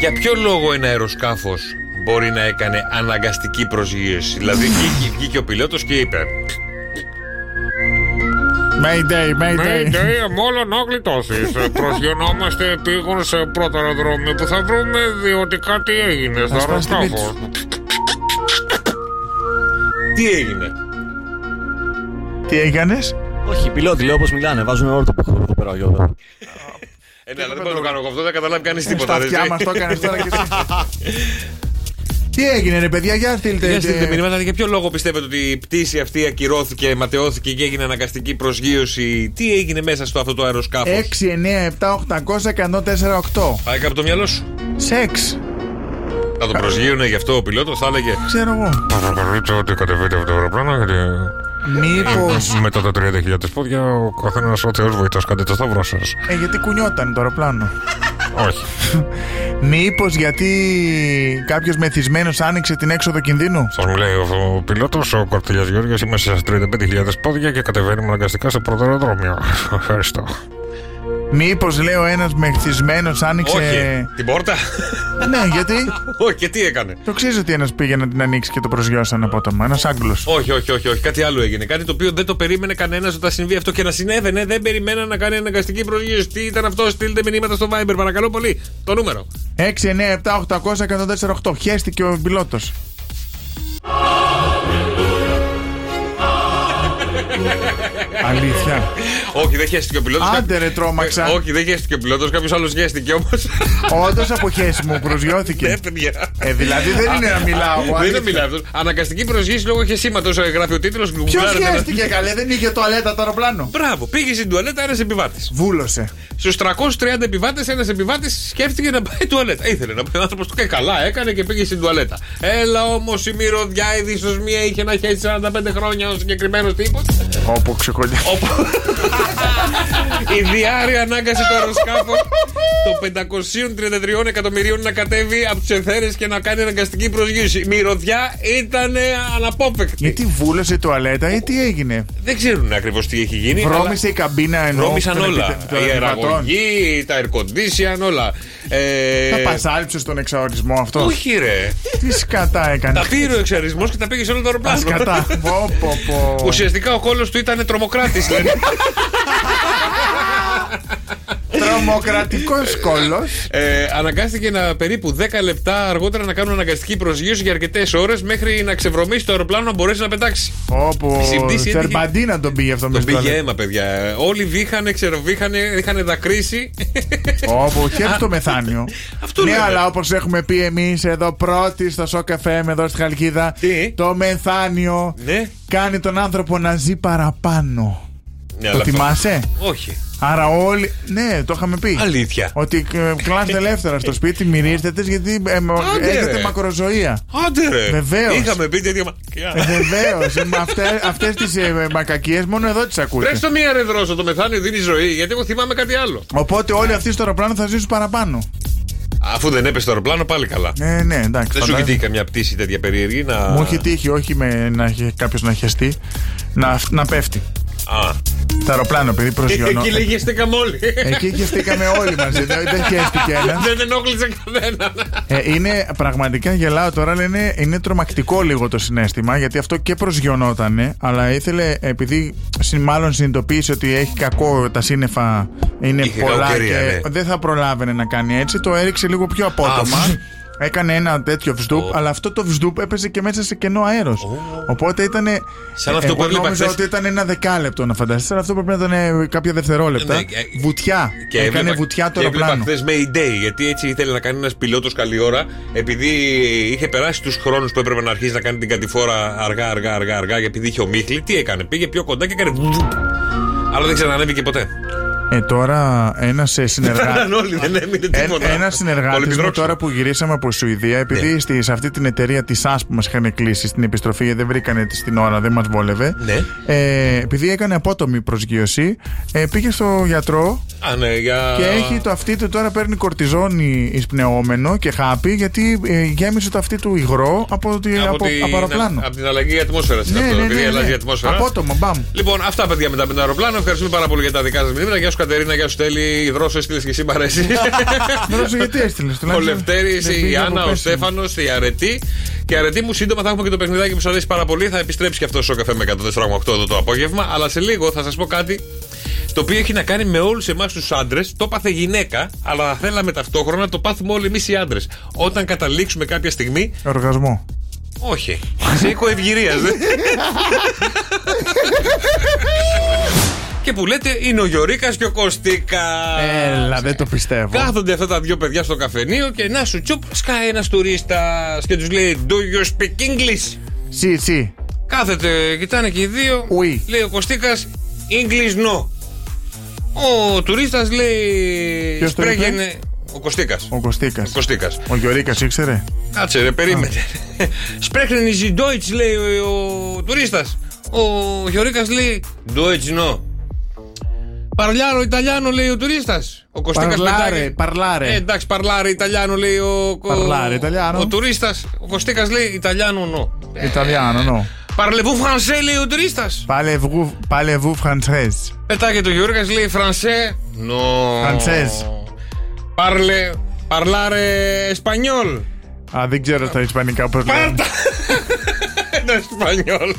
Speaker 9: Για ποιο λόγο ένα αεροσκάφος μπορεί να έκανε αναγκαστική προσγείωση. Δηλαδή βγήκε, βγήκε ο πιλότος και είπε
Speaker 4: Mayday, mayday.
Speaker 6: Mayday, Ε, ναι, μόλον όγλιτώσει. Προσγειωνόμαστε πήγον σε πρώτο αεροδρόμιο που θα βρούμε, διότι κάτι έγινε στο
Speaker 4: Θα σπάσει την
Speaker 6: αεροσκάφο.
Speaker 9: Τι έγινε.
Speaker 4: Τι έκανες,
Speaker 12: Όχι, οι πιλότοι λέω όπως μιλάνε. Βάζουν όλο το ποχτό εδώ πέρα. όλο εδώ.
Speaker 9: Ε, ναι, αλλά δεν μπορώ να το κάνω εγώ αυτό, δεν καταλάβει κανείς
Speaker 4: Στα
Speaker 9: τίποτα. ρε,
Speaker 4: αυτιά
Speaker 9: εσύ.
Speaker 4: μας [LAUGHS] το έκανε τώρα και εσύ.
Speaker 9: [LAUGHS]
Speaker 4: Τι έγινε, ρε παιδιά, για στείλτε.
Speaker 9: Για στείλτε
Speaker 4: ε,
Speaker 9: μηνύματα, για ποιο λόγο πιστεύετε ότι η πτήση αυτή ακυρώθηκε, ματαιώθηκε και έγινε αναγκαστική προσγείωση. Τι έγινε μέσα στο αυτό το αεροσκάφος.
Speaker 4: 6, 9, 7, 800, 104, 8.
Speaker 9: Πάει κάπου το μυαλό σου.
Speaker 4: Σεξ.
Speaker 9: Θα τον προσγείωνε γι' αυτό ο πιλότος, θα έλεγε.
Speaker 4: Ξέρω εγώ.
Speaker 6: Θα παρακαλείτε ότι κατεβείτε από το αεροπλάνο, γιατί
Speaker 4: Μήπως-
Speaker 6: Μετά τα 30.000 πόδια, ο καθένας ο Θεός βοηθάς. Κάντε το σταυρό σας.
Speaker 4: Ε, γιατί κουνιόταν το αεροπλάνο.
Speaker 6: Όχι.
Speaker 4: Μήπως γιατί κάποιος μεθυσμένος άνοιξε την έξοδο κινδύνου.
Speaker 6: Σας μου λέει ο πιλότος, ο Κορτιλιάς Γιώργο, είμαστε στα 35.000 πόδια και κατεβαίνουμε αναγκαστικά στο πρώτο αεροδρόμιο. [LAUGHS] Ευχαριστώ.
Speaker 4: Μήπως λέω ένας μεθυσμένος άνοιξε.
Speaker 9: Όχι. Την πόρτα.
Speaker 4: ναι, γιατί
Speaker 9: Όχι, και τι έκανε.
Speaker 4: το ξέρεις ότι ένας πήγε να την ανοίξει και το προσγειώσαν απότομα. Ένα Άγγλος.
Speaker 9: Όχι, όχι, όχι, όχι. Κάτι άλλο έγινε. Κάτι το οποίο δεν το περίμενε κανένας όταν συμβεί αυτό και να συνέβαινε. Δεν περιμένα να κάνει αναγκαστική προσγείωση. Τι ήταν αυτό, στείλτε μηνύματα στο Viber, παρακαλώ πολύ. Το νούμερο.
Speaker 4: 6, 9, 7, 800, 148. Χαίστηκε ο πιλότο. Αλήθεια.
Speaker 9: όχι, δεν χαίστηκε ο πιλότος.
Speaker 4: Άντε ρε, τρόμαξα.
Speaker 9: Όχι, δεν χαίστηκε ο πιλότος. Κάποιος άλλος χαίστηκε όμως.
Speaker 4: [LAUGHS] Όντως από χέση μου προσγειώθηκε.
Speaker 9: Δεν, παιδιά.
Speaker 4: Ε, δηλαδή δεν είναι να μιλάω. εγώ,
Speaker 9: Δεν είναι
Speaker 4: αλήθεια.
Speaker 9: να μιλάω. αυτός. Αναγκαστική προσγείωση λόγω χεσήματος. Γράφει ο τίτλος.
Speaker 4: Ποιο χαίστηκε καλέ, δεν είχε τουαλέτα το αεροπλάνο.
Speaker 9: Μπράβο, πήγε στην τουαλέτα ένας επιβάτης.
Speaker 4: Βούλωσε.
Speaker 9: Στους 330 επιβάτες, ένας επιβάτης σκέφτηκε να πάει τουαλέτα. Ήθελε να πάει ο άνθρωπος του και καλά, έκανε και πήγε στην τουαλέτα. Έλα όμως η μυρωδιά, η μία είχε να χέσει 45 χρόνια ο συγκεκριμένος τύπος.
Speaker 4: Όπου ξεκολλιά.
Speaker 9: η διάρρεια ανάγκασε το αεροσκάφο των 533 εκατομμυρίων να κατέβει από του εθέρε και να κάνει αναγκαστική προσγείωση. Η μυρωδιά ήταν αναπόφευκτη.
Speaker 4: Γιατί βούλωσε η τουαλέτα ή τι έγινε.
Speaker 9: Δεν ξέρουν ακριβώς τι έχει γίνει. αλλά-
Speaker 4: Βρώμησε η καμπίνα ενώ.
Speaker 9: Βρώμησαν όλα. Η αεραγωγή, τα air condition, όλα. Ε,
Speaker 4: Τα πασάλιψες στον εξαορισμό αυτός.
Speaker 9: Όχι, ρε.
Speaker 4: Τι σκατά έκανες.
Speaker 9: Τα πήρε ο εξαρισμό και τα πήγε σε όλο το
Speaker 4: Τα σκατά.
Speaker 9: αεροπλάνο.
Speaker 4: Πω, πω, πω.
Speaker 9: Ουσιαστικά ο κόλο του ήταν τρομοκράτης.
Speaker 4: Τρομοκρατικό κόλλο.
Speaker 9: ε, αναγκάστηκε να περίπου 10 λεπτά αργότερα να κάνουν αναγκαστική προσγείωση για αρκετές ώρες μέχρι να ξεβρωμίσει το αεροπλάνο να μπορέσει να πετάξει.
Speaker 4: Όπου.
Speaker 9: Η συμπτήση έτυχε-
Speaker 4: Σερμπαντίνα τον πήγε αυτό με
Speaker 9: Τον
Speaker 4: στο
Speaker 9: πήγε αίμα, παιδιά. Όλοι βήχανε, ξεροβήχανε, είχαν δακρύσει.
Speaker 4: Όπου χέρι το μεθάνιο.
Speaker 9: Αυτό
Speaker 4: ναι,
Speaker 9: λέμε.
Speaker 4: αλλά όπως έχουμε πει εμείς εδώ πρώτοι στο Σοκ FM εδώ στη Χαλκίδα,
Speaker 9: Τι?
Speaker 4: το μεθάνιο
Speaker 9: Ναι.
Speaker 4: κάνει τον άνθρωπο να ζει παραπάνω.
Speaker 9: Ναι,
Speaker 4: το
Speaker 9: αλλά αυτό-
Speaker 4: θυμάσαι?
Speaker 9: Όχι.
Speaker 4: Άρα όλοι. Ναι, το είχαμε πει.
Speaker 9: Αλήθεια.
Speaker 4: Ότι ε, κλάστε ελεύθερα στο σπίτι, μυρίζετε γιατί ε, μ-
Speaker 9: Άντε,
Speaker 4: έχετε
Speaker 9: ρε.
Speaker 4: μακροζωία.
Speaker 9: Άντε Ε, ρε.
Speaker 4: Βεβαίως.
Speaker 9: Ε,
Speaker 4: Ε,
Speaker 9: Είχαμε πει τέτοια. μα-
Speaker 4: Βεβαίω. Αυτέ τι μακακίες μόνο εδώ τις
Speaker 9: Βρες
Speaker 4: ακούτε.
Speaker 9: το μία ρε δρόσο, το μεθάνιο δίνει ζωή, γιατί εγώ θυμάμαι κάτι άλλο.
Speaker 4: Οπότε όλοι αυτοί στο αεροπλάνο θα ζήσουν παραπάνω.
Speaker 9: Αφού δεν έπεσε το αεροπλάνο, πάλι καλά.
Speaker 4: Ναι, ναι, εντάξει.
Speaker 9: Δεν σου
Speaker 4: φαντάζομαι.
Speaker 9: έχει τύχει καμιά πτήση τέτοια περίεργη να.
Speaker 4: Μου έχει τύχει, όχι με, να έχει κάποιος να χεστεί, να, να πέφτει.
Speaker 9: Α.
Speaker 4: Το αεροπλάνο, επειδή προσγειωνό.
Speaker 9: Εκεί λέγε στέκαμε όλοι.
Speaker 4: Εκεί χεστήκαμε όλοι μαζί. Δεν δεν χαίστηκε ένας.
Speaker 9: Δεν ενόχλησε κανέναν.
Speaker 4: Ε, είναι πραγματικά γελάω τώρα, αλλά είναι, είναι τρομακτικό λίγο το συνέστημα γιατί αυτό και προσγειωνότανε, αλλά ήθελε, επειδή συν- μάλλον συνειδητοποίησε ότι έχει κακό τα σύννεφα, είναι
Speaker 9: Είχε
Speaker 4: πολλά
Speaker 9: κακοκαιρία,
Speaker 4: και
Speaker 9: ναι.
Speaker 4: δεν θα προλάβαινε να κάνει έτσι, το έριξε λίγο πιο απότομα.
Speaker 9: φου.
Speaker 4: Έκανε ένα τέτοιο βσδουπ, αλλά αυτό το βσδουπ έπαιζε και μέσα σε κενό αέρος. Οπότε ήταν.
Speaker 9: Σαν αυτό που
Speaker 4: εγώ
Speaker 9: έβλεπα
Speaker 4: νόμιζα
Speaker 9: χθες.
Speaker 4: ότι ήταν ένα δεκάλεπτο να φανταστείς, αλλά αυτό πρέπει να ήταν ε, κάποια δευτερόλεπτα.
Speaker 9: Ναι, ε,
Speaker 4: βουτιά. Έκανε βουτιά το
Speaker 9: και έβλεπα
Speaker 4: αεροπλάνο.
Speaker 9: χθες Mayday, γιατί έτσι ήθελε να κάνει ένας πιλότος καλή ώρα, επειδή είχε περάσει τους χρόνους που έπρεπε να αρχίσει να κάνει την κατηφόρα αργά, αργά, αργά, αργά, και επειδή είχε ομίχλη, τι έκανε. Πήγε πιο κοντά και έκανε. βουτ. Αλλά δεν ξανανέβηκε ποτέ.
Speaker 4: Ε, τώρα ε, ένα συνεργάτη.
Speaker 9: [LAUGHS] Πέραν όλοι, δεν έμεινε τίποτα.
Speaker 4: Ένας συνεργάτης μου
Speaker 9: Πολυπιδρόξενο.
Speaker 4: τώρα που γυρίσαμε από Σουηδία, επειδή
Speaker 9: Ναι.
Speaker 4: στη, σε αυτή την εταιρεία της ΑΣ που μας είχαν κλείσει στην επιστροφή, δεν βρήκανε τη στην ώρα, δεν μας βόλευε.
Speaker 9: Ναι.
Speaker 4: Ε, επειδή έκανε απότομη προσγείωση, ε, πήγε στο γιατρό
Speaker 9: Α, ναι, για...
Speaker 4: και έχει το αυτί του τώρα παίρνει κορτιζόνη εισπνεώμενο και χάπι, γιατί ε, γέμισε το αυτί του υγρό από, τη, από, από, αεροπλάνο.
Speaker 9: Από την αλλαγή ατμόσφαιρα.
Speaker 4: Ναι, ναι, ναι,
Speaker 9: επειδή
Speaker 4: ναι.
Speaker 9: αλλάζει η ατμόσφαιρα.
Speaker 4: Απότομα, μπαμ.
Speaker 9: Λοιπόν, αυτά παιδιά μετά με το αεροπλάνο. Ευχαριστούμε πάρα πολύ για τα δικά σας μηνύματα. Γεια σου Κατερίνα, γεια σου Τέλη. Η Δρόσο έστειλε και εσύ παρέσει.
Speaker 4: Δεν ξέρω γιατί δηλαδή. έστειλε.
Speaker 9: ο Λευτέρης, η Άννα, ο Στέφανος, η Αρετή. Και αρετή μου, σύντομα θα έχουμε και το παιχνιδάκι που σας αρέσει πάρα πολύ. Θα επιστρέψει και αυτός στο καφέ με 104,8 εδώ το απόγευμα. Αλλά σε λίγο θα σας πω κάτι το οποίο έχει να κάνει με όλους εμάς τους άντρες. Το πάθε γυναίκα, αλλά θα θέλαμε ταυτόχρονα να το πάθουμε όλοι εμείς οι άντρες. Όταν καταλήξουμε κάποια στιγμή
Speaker 4: Οργασμό.
Speaker 9: όχι. Σε οίκο ευγυρίας, δε. και που λέτε είναι ο Γιωρίκας και ο Κωστίκας.
Speaker 4: Έλα, δεν το πιστεύω.
Speaker 9: Κάθονται αυτά τα δύο παιδιά στο καφενείο και να σου τσουπ σκάει ένας τουρίστας και τους λέει Do you speak English?
Speaker 4: Σι, σι.
Speaker 9: Κάθεται, κοιτάνε και οι δύο.
Speaker 4: Oui.
Speaker 9: Λέει ο Κωστίκας English no. Ο τουρίστας λέει.
Speaker 4: Ποιος το είπε?
Speaker 9: «Σπρέγγενε». Ο Κωστίκας.
Speaker 4: Ο Κωστίκας.
Speaker 9: Ο Κωστίκας.
Speaker 4: Ο Γιωρίκας ήξερε.
Speaker 9: [LAUGHS] Κάτσε ρε, περίμενε. Σπρέχνει η Deutsch, λέει ο, ο τουρίστας. ο Γιωρίκας λέει Deutsch no. Παρλιάρο Ιταλιάνο λέει ο τουρίστας. Ο Κωστίκα
Speaker 4: Παρλάρε, παρλάρε.
Speaker 9: Ε, εντάξει, παρλάρε Ιταλιάνο λέει ο.
Speaker 4: Παρλάρε Ιταλιάνο.
Speaker 9: Ο τουρίστας. Ο Κωστίκας λέει Ιταλιάνο no.
Speaker 4: Ιταλιάνο, νο.
Speaker 9: Παρλεβού Φρανσέ λέει ο τουρίστας.
Speaker 4: Παλεβού Φραντσέζ.
Speaker 9: Πετάγεται ο Γιώργας, λέει Φρανσέ. Νο.
Speaker 4: Φραντσέζ.
Speaker 9: Πάρλε. Παρλάρε Εσπανιόλ.
Speaker 4: Α, δεν ξέρω στα ισπανικά πώ λένε.
Speaker 9: Πάρτα. Ένα Ναι, Εσπανιόλ.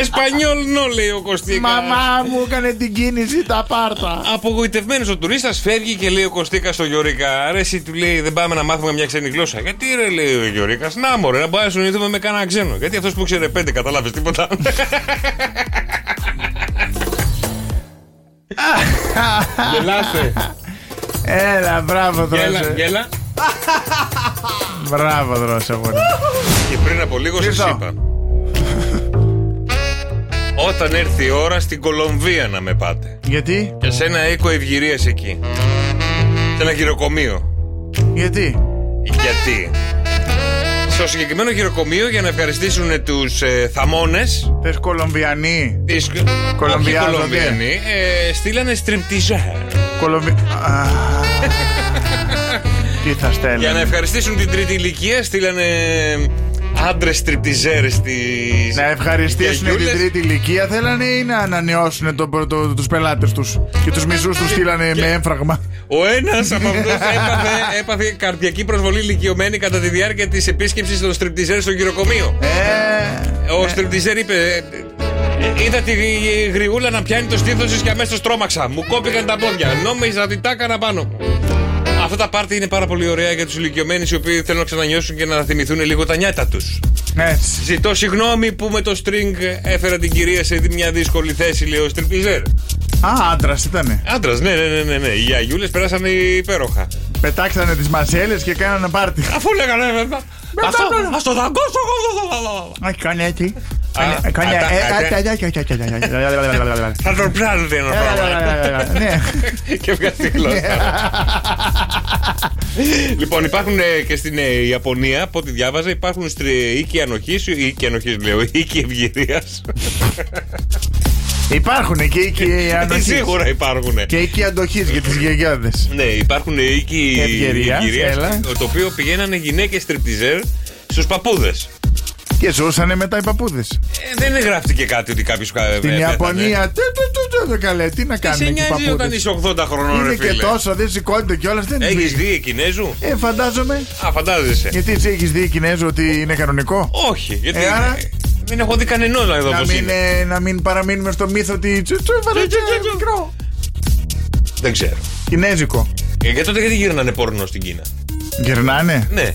Speaker 9: Εσπανιόλ νο, λέει ο Κωστίκα.
Speaker 4: Μαμά μου έκανε την κίνηση τα πάρτα.
Speaker 9: Απογοητευμένος ο τουρίστας φεύγει και λέει ο Κωστίκας στο Γιώργα. Άρα εσύ του λέει δεν πάμε να μάθουμε μια ξένη γλώσσα. Γιατί ρε, λέει ο Γιώργα. Να μωρέ, να πάμε να συνοηθούμε με κανένα ξένο. Γιατί αυτός που ξέρει πέντε καταλάβει τίποτα. Γελάστε.
Speaker 4: Έλα, μπράβο
Speaker 9: Γέλα,
Speaker 4: δρόσε.
Speaker 9: γέλα.
Speaker 4: Μπράβο δρόσε, αγόρι.
Speaker 9: Και πριν από λίγο σας
Speaker 4: Ήρθα.
Speaker 9: είπα Όταν έρθει η ώρα στην Κολομβία να με πάτε
Speaker 4: Γιατί,
Speaker 9: Και σε ένα οίκο ευγυρίας εκεί Σε ένα γυροκομείο
Speaker 4: γιατί.
Speaker 9: Γιατί Στο συγκεκριμένο γυροκομείο για να ευχαριστήσουν τους ε, θαμώνες
Speaker 4: Θες Κολομβιανή.
Speaker 9: της...
Speaker 4: Κολομβιάζονται.
Speaker 9: Όχι Κολομβιανοί ε, Στείλανε στριπτιζέ
Speaker 4: Κολομβι... Α,
Speaker 9: [LAUGHS]
Speaker 4: Τι θα
Speaker 9: Για να
Speaker 4: στέλνει.
Speaker 9: ευχαριστήσουν την τρίτη ηλικία Στείλανε ε, άντρες στριπτιζέρες της...
Speaker 4: Να ευχαριστήσουν την
Speaker 9: γιαγιούλες.
Speaker 4: τρίτη ηλικία. Θέλανε ή να ανανεώσουν τον πρώτο- τους πελάτες τους Και τους μισούς τους στείλανε με έμφραγμα.
Speaker 9: Ο ένας από αυτούς έπαθε, έπαθε καρδιακή προσβολή ηλικιωμένη κατά τη διάρκεια της επίσκεψης των στριπτιζέρ στο γυροκομείο.
Speaker 4: Ε,
Speaker 9: Ο στριπτιζέρ είπε. «Ε, ε, Είδα τη γρι- γριγούλα να πιάνει το στήθος της και αμέσως τρόμαξα. Μου κόπηκαν τα πόδια. Νόμιζα ότι τα έκανα πάνω. μου». Αυτά τα πάρτι είναι πάρα πολύ ωραία για τους ηλικιωμένους οι οποίοι θέλουν να ξανανιώσουν και να θυμηθούν λίγο τα νιάτα τους.
Speaker 4: έτσι.
Speaker 9: Ζητώ συγγνώμη που με το string έφερα την κυρία σε μια δύσκολη θέση, λέει ο στριπτιζέρ.
Speaker 4: Α, άντρας ήτανε.
Speaker 9: Άντρας, ναι, ναι, ναι, ναι, ναι. Οι γιαγιούλες πέρασαν υπέροχα.
Speaker 4: Πετάξανε τις μασέλες και κάνανε πάρτι.
Speaker 9: Αφού λέγανε βέβαια. Αυτό, ας το δαγκώσω εγώ.
Speaker 4: Όχι, κάνει έτσι.
Speaker 9: Α, α, α, α, α, Θα τον πιάνετε ένα πράγμα.
Speaker 4: Ναι.
Speaker 9: Και βγάζει τη γλώσσα. Λοιπόν, υπάρχουν ε, και στην ε, Ιαπωνία, από ό,τι διάβαζα, υπάρχουν στρι- οίκοι ανοχή, οίκοι ανοχή λέω, οίκοι ευγυρία.
Speaker 4: Υπάρχουν εκεί και οι αντοχή.
Speaker 9: Σίγουρα υπάρχουν.
Speaker 4: Και εκεί οι αντοχής για τις γεγιάδε.
Speaker 9: Ναι, υπάρχουν οίκοι
Speaker 4: Ευγυρίας,
Speaker 9: ευγυρίας,
Speaker 4: έλα.
Speaker 9: το οποίο πηγαίνανε γυναίκες τριπτιζέρ στους παππούδες.
Speaker 4: Και ζούσανε μετά οι παππούδες.
Speaker 9: Δεν γράφτηκε κάτι ότι κάποιος.
Speaker 4: Στην Ιαπωνία. Τι τι- τι- τι- καλέ, τι να
Speaker 9: Ναι, Τι σε
Speaker 4: κάνουν εκεί οι
Speaker 9: νοιάζει όταν
Speaker 4: παππούδε.
Speaker 9: είσαι 80 χρονών, ρε
Speaker 4: Είναι και
Speaker 9: φίλε.
Speaker 4: τόσο, δεν σηκώνεται κιόλας, δεν
Speaker 9: Έχεις
Speaker 4: είναι.
Speaker 9: δει Κινέζου.
Speaker 4: Ε, φαντάζομαι.
Speaker 9: Α, φαντάζεσαι.
Speaker 4: Γιατί εσύ έχεις δει Κινέζο ότι είναι κανονικό.
Speaker 9: Όχι, γιατί.
Speaker 4: Ε, άρα-
Speaker 9: Δεν έχω δει κανενό εδώ
Speaker 4: Να
Speaker 9: πώς
Speaker 4: μην,
Speaker 9: είναι.
Speaker 4: ε, να μην παραμείνουμε στο μύθο ότι. τσου- τσου, έβαλε
Speaker 9: τσου-
Speaker 4: και
Speaker 9: τσου-
Speaker 4: μικρό.
Speaker 9: Δεν ξέρω.
Speaker 4: Κινέζικο.
Speaker 9: Ε, και τότε γιατί γύρνανε πόρνο στην Κίνα.
Speaker 4: Γυρνάνε.
Speaker 9: Ναι.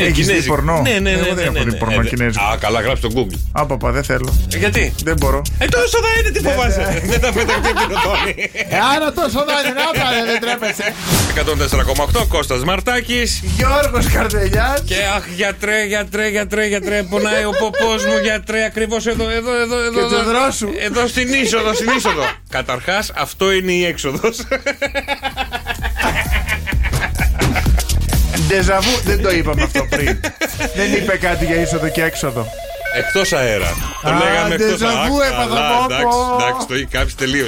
Speaker 9: Ε,
Speaker 4: Έχεις δει
Speaker 9: Κινέζικο.
Speaker 4: πορνό?
Speaker 9: Ναι, ναι, ναι.
Speaker 4: Εγώ δεν
Speaker 9: ναι,
Speaker 4: έχω
Speaker 9: ναι,
Speaker 4: δει
Speaker 9: ναι.
Speaker 4: πορνό
Speaker 9: Ε, δε-
Speaker 4: κινέζικο.
Speaker 9: Α, καλά, γράψε στο Google.
Speaker 4: Άπαπα, δεν θέλω.
Speaker 9: Ε, γιατί.
Speaker 4: Δεν μπορώ.
Speaker 9: Ε, τόσο θα είναι, τι
Speaker 4: Ναι,
Speaker 9: φοβάσαι. Δεν τα πέταξε την οθόνη.
Speaker 4: Ε, άρα τόσο δάζει να πάρε, [LAUGHS] δεν τρέπεσαι.
Speaker 9: 104,8 Κώστας Μαρτάκης
Speaker 4: Γιώργος Καρδελιάς.
Speaker 9: Και αχ, γιατρέ, γιατρέ, γιατρέ, γιατρέ. Πονάει ο ποπός μου, γιατρέ, ακριβώς εδώ, εδώ, εδώ. εδώ,
Speaker 4: το
Speaker 9: εδώ, Ε.
Speaker 4: δρόσου.
Speaker 9: εδώ στην είσοδο, στην είσοδο. Καταρχάς, αυτό είναι η έξοδος.
Speaker 4: Ντεζαβού, δεν το είπαμε αυτό
Speaker 9: [LAUGHS]
Speaker 4: πριν. δεν είπε κάτι για είσοδο και έξοδο.
Speaker 9: Εκτός αέρα. Το
Speaker 4: Α,
Speaker 9: λέγαμε εκτός αέρα.
Speaker 4: ντεζαβού
Speaker 9: Αχ,
Speaker 4: έπαθα,
Speaker 9: καλά,
Speaker 4: πω, πω.
Speaker 9: Εντάξει, εντάξει, το έχει κάψει τελείως.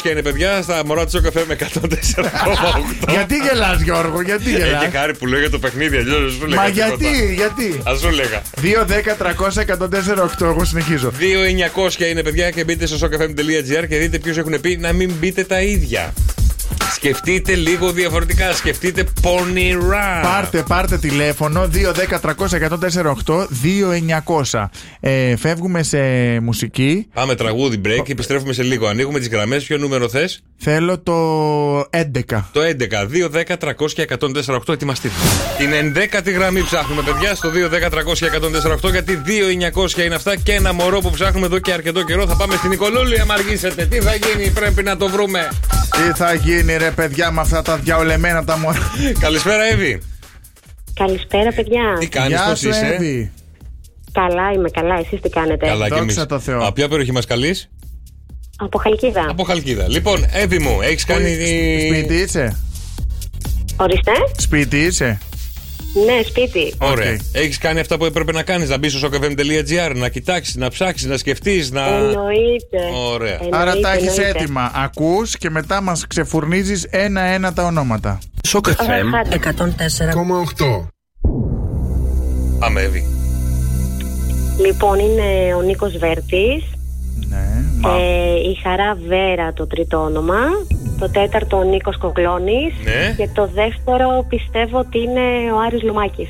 Speaker 9: 2.900 είναι παιδιά στα μωρά του καφέ με 104,8.
Speaker 4: γιατί γελάς Γιώργο, γιατί
Speaker 9: Έχει
Speaker 4: γελάς.
Speaker 9: Ε, χάρη που λέω για το παιχνίδι, αλλιώς σου λέγα.
Speaker 4: Μα γιατί, γιατί.
Speaker 9: Ας σου λέγα.
Speaker 4: 2, 10, 300, 104, 8, εγώ συνεχίζω.
Speaker 9: 2.900 είναι παιδιά και μπείτε στο sokafm.gr και δείτε ποιους έχουν πει να μην μπείτε τα ίδια. Σκεφτείτε λίγο διαφορετικά, σκεφτείτε πονηρά.
Speaker 4: Πάρτε, πάρτε τηλέφωνο 2-10-300-148-2-900. Ε, φεύγουμε σε μουσική.
Speaker 9: Πάμε τραγούδι break, επιστρέφουμε σε λίγο. Ανοίγουμε τις γραμμές, ποιο νούμερο θες?
Speaker 4: Θέλω το 11.
Speaker 9: Το 11, 2, 10, 300 και 148, ετοιμαστείτε. Την 11η γραμμή ψάχνουμε, παιδιά, στο 2, 10, 300 και 148, γιατί 2, 900 είναι αυτά και ένα μωρό που ψάχνουμε εδώ και αρκετό καιρό. Θα πάμε στην Νικολούλη, άμα αργήσετε. Τι θα γίνει, πρέπει να το βρούμε.
Speaker 4: Τι θα γίνει ρε παιδιά με αυτά τα διαολεμένα τα μωρά.
Speaker 9: Καλησπέρα, Εύη.
Speaker 13: Καλησπέρα, παιδιά.
Speaker 9: Τι κάνεις,
Speaker 4: Γεια
Speaker 9: πώς
Speaker 4: σου
Speaker 9: είσαι. Ε,
Speaker 4: Εύη. Ε,
Speaker 13: Καλά, είμαι καλά. Εσείς τι κάνετε.
Speaker 9: Καλά και
Speaker 4: Δόξα
Speaker 9: εμείς.
Speaker 4: τω Θεώ.
Speaker 9: Από ποια περιοχή μας καλείς?
Speaker 13: Από Χαλκίδα.
Speaker 9: Από Χαλκίδα. Λοιπόν, Εύη μου,
Speaker 4: ε,
Speaker 9: έχεις κάνει...
Speaker 4: Σπίτι είσαι.
Speaker 13: Ορίστε.
Speaker 4: Σπίτι είσαι.
Speaker 13: Ναι, σπίτι.
Speaker 9: Ωραία. Έχεις κάνει αυτά που έπρεπε να κάνεις, να μπεις στο sokfm.gr, να κοιτάξεις, να ψάξεις, να σκεφτείς, να.
Speaker 13: Εννοείται.
Speaker 9: Ωραία.
Speaker 4: Άρα τα έχεις έτοιμα. Ακούς και μετά μας ξεφουρνίζεις ένα-ένα τα ονόματα.
Speaker 3: Σοκ FM
Speaker 4: 104,8.
Speaker 9: Πάμε, Εύη.
Speaker 13: Λοιπόν, είναι ο Νίκος Βέρτης.
Speaker 12: Ναι,
Speaker 13: Ε, η Χαρά Βέρα το τρίτο όνομα. Το τέταρτο ο Νίκος Κογκλώνης.
Speaker 9: Ναι.
Speaker 13: Και το δεύτερο πιστεύω ότι είναι ο Άρης Λουμάκης.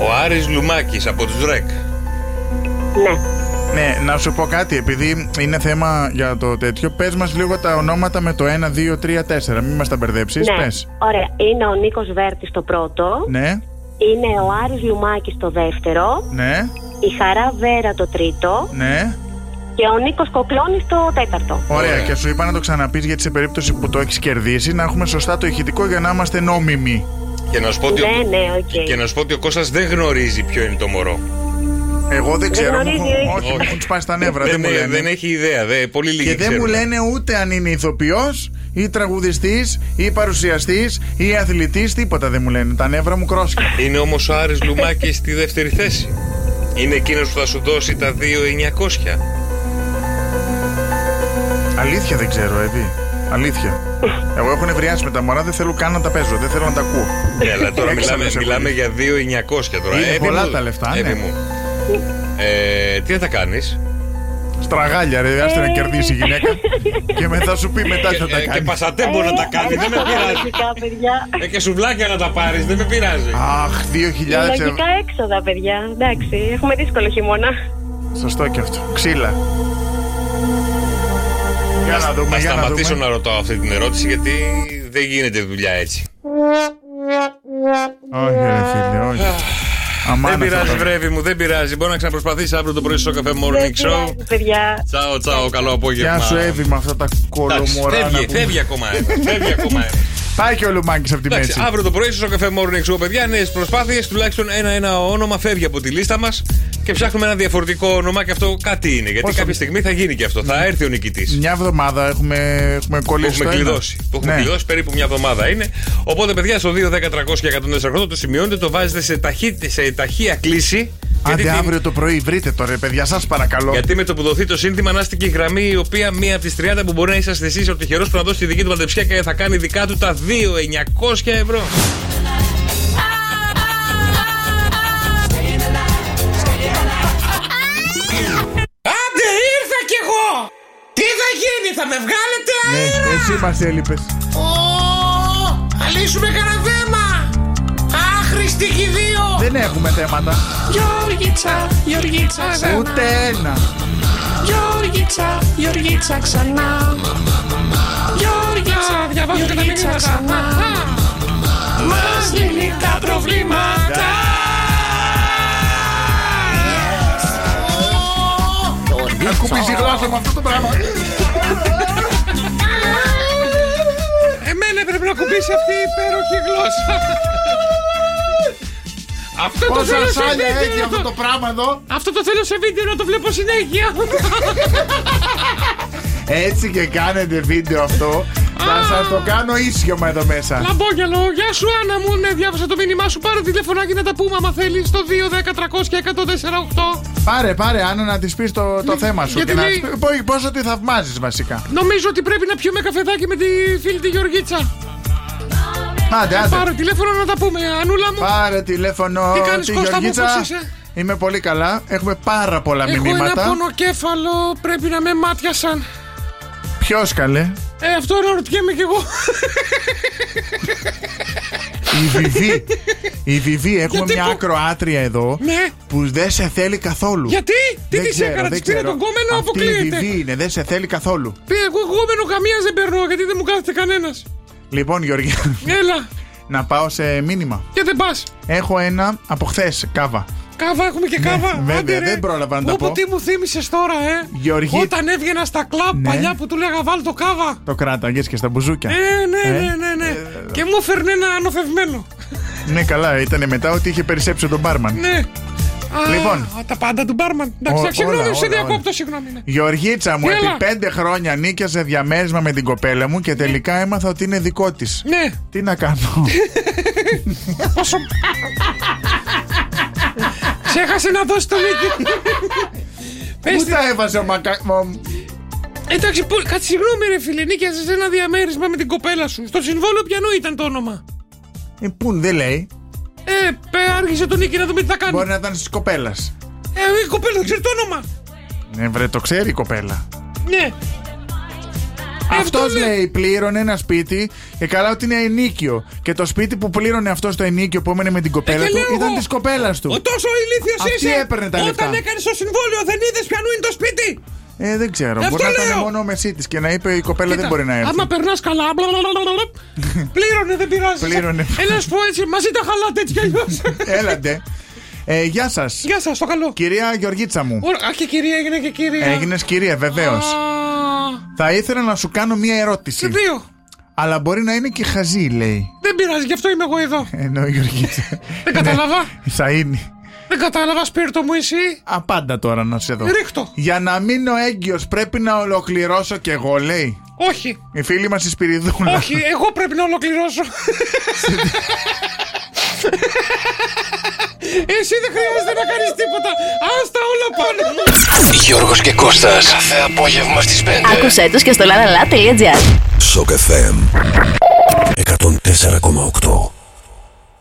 Speaker 9: Ο Άρης Λουμάκης από τους ΡΕΚ.
Speaker 13: Ναι.
Speaker 4: Ναι, να σου πω κάτι, επειδή είναι θέμα για το τέτοιο, πες μας λίγο τα ονόματα με το 1, 2, 3, 4. Μην μας τα μπερδέψεις.
Speaker 13: ναι.
Speaker 4: Πες.
Speaker 13: Ωραία. Είναι ο Νίκος Βέρτης το πρώτο.
Speaker 4: Ναι,
Speaker 13: Είναι ο Άρης Λουμάκης το δεύτερο.
Speaker 4: ναι,
Speaker 13: Η Χαρά Βέρα το τρίτο.
Speaker 4: ναι.
Speaker 13: Και ο Νίκος Κοκλώνης το τέταρτο.
Speaker 4: Ωραία, και σου είπα να το ξαναπείς γιατί σε περίπτωση που το έχεις κερδίσει, να έχουμε σωστά το ηχητικό για να είμαστε νόμιμοι.
Speaker 9: Και να σου πω ότι, ο-
Speaker 13: Ναι, ναι, οκ.
Speaker 9: και να σου πω ότι ο Κώστας δεν γνωρίζει ποιο είναι το μωρό.
Speaker 4: Εγώ δεν ξέρω. μου
Speaker 13: γνωρίζει,
Speaker 4: έχουν-
Speaker 13: όχι.
Speaker 4: Όχι, μου έχουν σπάσει τα νεύρα,
Speaker 9: δεν,
Speaker 4: δεν μου
Speaker 9: ε,
Speaker 4: λένε.
Speaker 9: δεν έχει ιδέα. Δε, πολύ λίγοι
Speaker 4: Και δεν
Speaker 9: ξέρουν.
Speaker 4: μου λένε ούτε αν είναι ηθοποιός ή τραγουδιστής ή παρουσιαστής ή αθλητής, τίποτα δεν μου λένε. Τα νεύρα μου κρόσκα.
Speaker 9: Είναι όμως ο Άρης Λουμάκης στη δεύτερη θέση. Είναι εκείνος που θα σου δώσει τα 2.900.
Speaker 4: Αλήθεια δεν ξέρω, Εύη. Αλήθεια. Εγώ έχω νευριάσει με τα μωρά, δεν θέλω καν να τα παίζω, δεν θέλω να τα ακούω.
Speaker 9: Ναι, αλλά τώρα
Speaker 4: Έξαλλος
Speaker 9: μιλάμε,
Speaker 4: έχω
Speaker 9: μιλάμε για 2.900 τώρα.
Speaker 4: Είναι
Speaker 9: Εύη
Speaker 4: πολλά
Speaker 9: μου,
Speaker 4: τα λεφτά,
Speaker 9: Εύη
Speaker 4: ναι.
Speaker 9: μου. Ε, τι θα τα κάνεις
Speaker 4: Στραγάλια, ρε, άστε να κερδίσει η γυναίκα. και μετά σου πει μετά θα
Speaker 9: Ε,
Speaker 4: τα
Speaker 9: Και
Speaker 4: κάνεις.
Speaker 9: πασατέμπο να τα
Speaker 10: Ε,
Speaker 9: κάνεις δεν με πειράζει
Speaker 13: Λογικά, παιδιά.
Speaker 9: Ε, Και σουβλάκια να τα πάρεις, δεν με πειράζει
Speaker 4: Αχ, 2.000 ευρώ.
Speaker 13: Λογικά έξοδα, παιδιά. Εντάξει, έχουμε δύσκολο χειμώνα.
Speaker 4: Σωστό και αυτό. Ξύλα. Για να δούμε,
Speaker 9: Θα
Speaker 4: για να
Speaker 9: σταματήσω
Speaker 4: δούμε.
Speaker 9: να ρωτάω αυτή την ερώτηση γιατί δεν γίνεται δουλειά έτσι.
Speaker 4: Όχι, ρε φίλε, όχι. Αμάνα
Speaker 9: Δεν
Speaker 4: θα
Speaker 9: πειράζει,
Speaker 4: τα-
Speaker 9: βρέβη μου, δεν πειράζει. Μπορεί να ξαναπροσπαθήσει αύριο το πρωί στο καφέ Morning Show.
Speaker 13: Παιδιά,
Speaker 9: Τσαο, τσαο, καλό απόγευμα.
Speaker 4: Γεια σου, Εύη, με αυτά τα
Speaker 9: Εντάξει,
Speaker 4: κολομορά να
Speaker 9: Φεύγει,
Speaker 4: πούμε.
Speaker 9: φεύγει ακόμα ένα. Φεύγει ακόμα ένα.
Speaker 4: Πάει και ο Λουμάκης από τη
Speaker 9: Εντάξει,
Speaker 4: μέση.
Speaker 9: αύριο το πρωί στο καφέ Morning Show, παιδιά, νέες προσπάθειες. Τουλάχιστον ένα-ένα όνομα φεύγει από τη λίστα μας και ψάχνουμε ένα διαφορετικό όνομα και αυτό κάτι είναι. Γιατί
Speaker 4: Πόσο-
Speaker 9: κάποια στιγμή θα γίνει και αυτό. Θα έρθει ο νικητής.
Speaker 4: Μια εβδομάδα έχουμε, έχουμε
Speaker 9: Το
Speaker 4: κολλήσει.
Speaker 9: έχουμε
Speaker 4: το ένα.
Speaker 9: κλειδώσει. Το έχουμε
Speaker 4: Ναι.
Speaker 9: κλειδώσει περίπου μια εβδομάδα είναι. Οπότε, παιδιά, στο 2, 10, 300 και 148 το σημειώνετε, το βάζετε σε, ταχύ, σε ταχεία κλίση.
Speaker 4: Άντε
Speaker 9: την-
Speaker 4: αύριο το πρωί, βρείτε το ρε παιδιά, σας παρακαλώ.
Speaker 9: Γιατί με το που δοθεί το σύνθημα, να είστε και η γραμμή η οποία μία από τις 30 που μπορεί να είσαστε εσείς ο τυχερός που να δώσει τη δική του παντεψιά και θα κάνει δικά του τα 2.900 ευρώ.
Speaker 7: Άντε ήρθα κι εγώ! Τι θα γίνει, θα με βγάλετε
Speaker 4: Ναι,
Speaker 7: αέρα!
Speaker 4: εσύ μα έλειπες.
Speaker 7: Ω, θα λύσουμε κανένα θέμα! Άχρηστη και οι δύο!
Speaker 4: Δεν έχουμε θέματα.
Speaker 7: Γιώργιτσα, Γιώργιτσα ξανά!
Speaker 4: Ούτε ένα.
Speaker 7: Γιώργιτσα, Γιώργιτσα ξανά! Γιώργιτσα, Γιώργιτσα ξανά! Μας λύνει τα προβλήματα!
Speaker 4: Να κουμπίσει η γλώσσα με αυτό το πράγμα.
Speaker 7: Ε,
Speaker 9: Εμένα πρέπει να κουμπίσει αυτή η υπέροχη γλώσσα. αυτό το
Speaker 4: Πόσα
Speaker 9: θέλω σε
Speaker 4: σάλια έχει
Speaker 9: βίντεο.
Speaker 4: αυτό το πράγμα εδώ.
Speaker 9: Αυτό το θέλω σε βίντεο να το βλέπω συνέχεια.
Speaker 4: Έτσι και κάνετε βίντεο αυτό. Θα σας το κάνω ίσιομα εδώ μέσα.
Speaker 7: Λαμπόγιαλο, γεια σου Άννα μου, ναι διάβασα το μήνυμά σου, πάρε τηλεφωνάκι να τα πούμε άμα θέλεις στο 2 10 300 και 148.
Speaker 4: Πάρε, πάρε, Άννα, να της πεις το, το θέμα σου.
Speaker 7: Ναι, γιατί
Speaker 4: Και να
Speaker 7: λέει-
Speaker 4: της πεις πόσο τη θαυμάζεις βασικά.
Speaker 7: Νομίζω ότι πρέπει να πιούμε καφεδάκι με τη φίλη τη Γεωργίτσα.
Speaker 4: Άντε,
Speaker 7: Πάρε
Speaker 4: άντε.
Speaker 7: τηλέφωνο να τα πούμε, Ανούλα μου.
Speaker 4: Πάρε τηλέφωνο
Speaker 7: Τι κάνεις,
Speaker 4: τη
Speaker 7: Κώστα μου,
Speaker 4: Γεωργίτσα.
Speaker 7: πώς είσαι?
Speaker 4: Είμαι πολύ καλά. Έχουμε πάρα πολλά
Speaker 7: Έχω ένα
Speaker 4: μηνύματα.
Speaker 7: πονοκέφαλο, πρέπει να με μάτιασαν.
Speaker 4: Ποιος καλέ.
Speaker 7: Ε, αυτό αναρωτιέμαι κι εγώ.
Speaker 4: Η
Speaker 7: [LAUGHS]
Speaker 4: Βιβί. Η Βιβί, έχουμε
Speaker 7: Γιατί
Speaker 4: μια
Speaker 7: που-
Speaker 4: ακροάτρια εδώ
Speaker 7: Ναι.
Speaker 4: που δεν σε θέλει καθόλου.
Speaker 7: Γιατί, τι
Speaker 4: Δεν
Speaker 7: της
Speaker 4: ξέρω,
Speaker 7: έκανας,
Speaker 4: δεν
Speaker 7: της πήρε
Speaker 4: ξέρω.
Speaker 7: τον κόμενο,
Speaker 4: Αυτή
Speaker 7: αποκλείεται.
Speaker 4: Η Βιβί είναι, δεν σε θέλει καθόλου.
Speaker 7: Πει, εγώ γόμενο καμία δεν παίρνω γιατί δεν μου κάθεται κανένας.
Speaker 4: Λοιπόν, Γιώργη, [LAUGHS]
Speaker 7: Έλα,
Speaker 4: να πάω σε μήνυμα.
Speaker 7: και δεν πας.
Speaker 4: Έχω ένα από χθες, κάβα.
Speaker 7: Κάβα, έχουμε και κάβα.
Speaker 4: Ναι, βέβαια,
Speaker 7: Άντε, ρε.
Speaker 4: δεν πρόλαβα να τα
Speaker 7: Όπου
Speaker 4: πω.
Speaker 7: τι μου θύμισες τώρα, ε.
Speaker 4: Γεωργή-
Speaker 7: Όταν έβγαινα στα κλαμπ
Speaker 4: Ναι.
Speaker 7: παλιά που του λέγα βάλ το κάβα.
Speaker 4: Το κράταγες και στα μπουζούκια.
Speaker 7: Ε, ναι,
Speaker 4: Ε,
Speaker 7: ναι, ναι, ναι. Και μου έφερνε ένα ανοθευμένο.
Speaker 4: Ναι, καλά, ήταν μετά ότι είχε περισσέψει τον μπάρμαν.
Speaker 7: Ναι. Α,
Speaker 4: Λοιπόν.
Speaker 7: α, τα πάντα του μπάρμαν.
Speaker 4: Ό-
Speaker 7: Εντάξει,
Speaker 4: όλα,
Speaker 7: συγγνώμη, σε
Speaker 4: όλα,
Speaker 7: διακόπτω,
Speaker 4: όλα.
Speaker 7: συγγνώμη. ναι.
Speaker 4: Γεωργίτσα μου,
Speaker 7: Έλα.
Speaker 4: επί πέντε χρόνια νίκιασε διαμέρισμα με την κοπέλα μου και τελικά έμαθα ότι είναι δικό της.
Speaker 7: [LAUGHS] Ναι.
Speaker 4: Τι να κάνω.
Speaker 7: Θα σου- Ξέχασε να δώσει το
Speaker 4: [LAUGHS]
Speaker 7: νίκη.
Speaker 4: Πού τα έβαζε ο μακακμό
Speaker 7: Εντάξει, πού- κάτσε συγγνώμη ρε φίλε, νίκιασες ένα διαμέρισμα με την κοπέλα σου. Στο συμβόλαιο πιανού ήταν το όνομα.
Speaker 4: Ε, πού δεν λέει.
Speaker 7: Ε, πε, άρχισε τον νίκη να δούμε τι θα κάνει.
Speaker 4: Μπορεί να ήταν της κοπέλας.
Speaker 7: Ε, η κοπέλα δεν ξέρει το όνομα.
Speaker 4: Ναι, βρε, το ξέρει η κοπέλα.
Speaker 7: Ναι. Ε,
Speaker 4: Αυτό λέει πλήρωνε ένα σπίτι και καλά ότι είναι ενίκιο. Και το σπίτι που πλήρωνε αυτός το ενίκιο που έμενε με την κοπέλα
Speaker 7: Ε, και
Speaker 4: του
Speaker 7: λέω
Speaker 4: ήταν
Speaker 7: εγώ, Ε,
Speaker 4: της κοπέλας του.
Speaker 7: Ο τόσο ηλίθιος
Speaker 4: Αυτή
Speaker 7: είσαι.
Speaker 4: έπαιρνε τα λεφτά.
Speaker 7: Όταν έκανες το συμβόλαιο, δεν είδες πιανού είναι το σπίτι.
Speaker 4: Ε, δεν ξέρω.
Speaker 7: Αυτό
Speaker 4: Μπορεί να ήταν
Speaker 7: λέω.
Speaker 4: μόνο με εσύ της και να είπε η κοπέλα
Speaker 7: Κοίτα,
Speaker 4: Ε, δεν μπορεί να έρθει.
Speaker 7: Άμα περνάς καλά. μπλα, μπλα, μπλα, μπλα,
Speaker 4: [LAUGHS]
Speaker 7: μπλα. Πλήρωνε, δεν πειράζει.
Speaker 4: Πλήρωνε.
Speaker 7: Έλα, σου πω έτσι, μαζί τα χαλάτε έτσι κι αλλιώ.
Speaker 4: [LAUGHS] Έλαντε. Ε, γεια σας.
Speaker 7: Γεια σας, το καλό.
Speaker 4: Κυρία Γεωργίτσα μου.
Speaker 7: Α, και κυρία, έγινε και κυρία.
Speaker 4: Έγινες κυρία, βεβαίως. Θα ήθελα να σου κάνω μία ερώτηση.
Speaker 7: Δύο.
Speaker 4: Αλλά μπορεί να είναι και χαζή, λέει.
Speaker 7: Δεν πειράζει, γι' αυτό είμαι εγώ εδώ.
Speaker 4: Ενώ η Γεωργίτσα.
Speaker 7: [LAUGHS]
Speaker 4: Ναι,
Speaker 7: Δεν κατάλαβα.
Speaker 4: Θα είναι.
Speaker 7: Δεν κατάλαβα, Σπίρτο μου, εσύ.
Speaker 4: Απάντα τώρα να σε δω.
Speaker 7: Ρίχτω.
Speaker 4: Για να μείνω έγκυος πρέπει να ολοκληρώσω κι εγώ, λέει.
Speaker 7: Όχι.
Speaker 4: Η φίλη μα η Σπυριδούλα.
Speaker 7: Όχι, εγώ πρέπει να ολοκληρώσω. Εσύ δεν χρειάζεται να κάνεις τίποτα. Άστα όλα πάνω.
Speaker 14: Γιώργος και Κώστας. Κάθε απόγευμα στις 5.
Speaker 15: Άκουσέ τους και στο lalala.gr
Speaker 14: Σοκ FM 104,8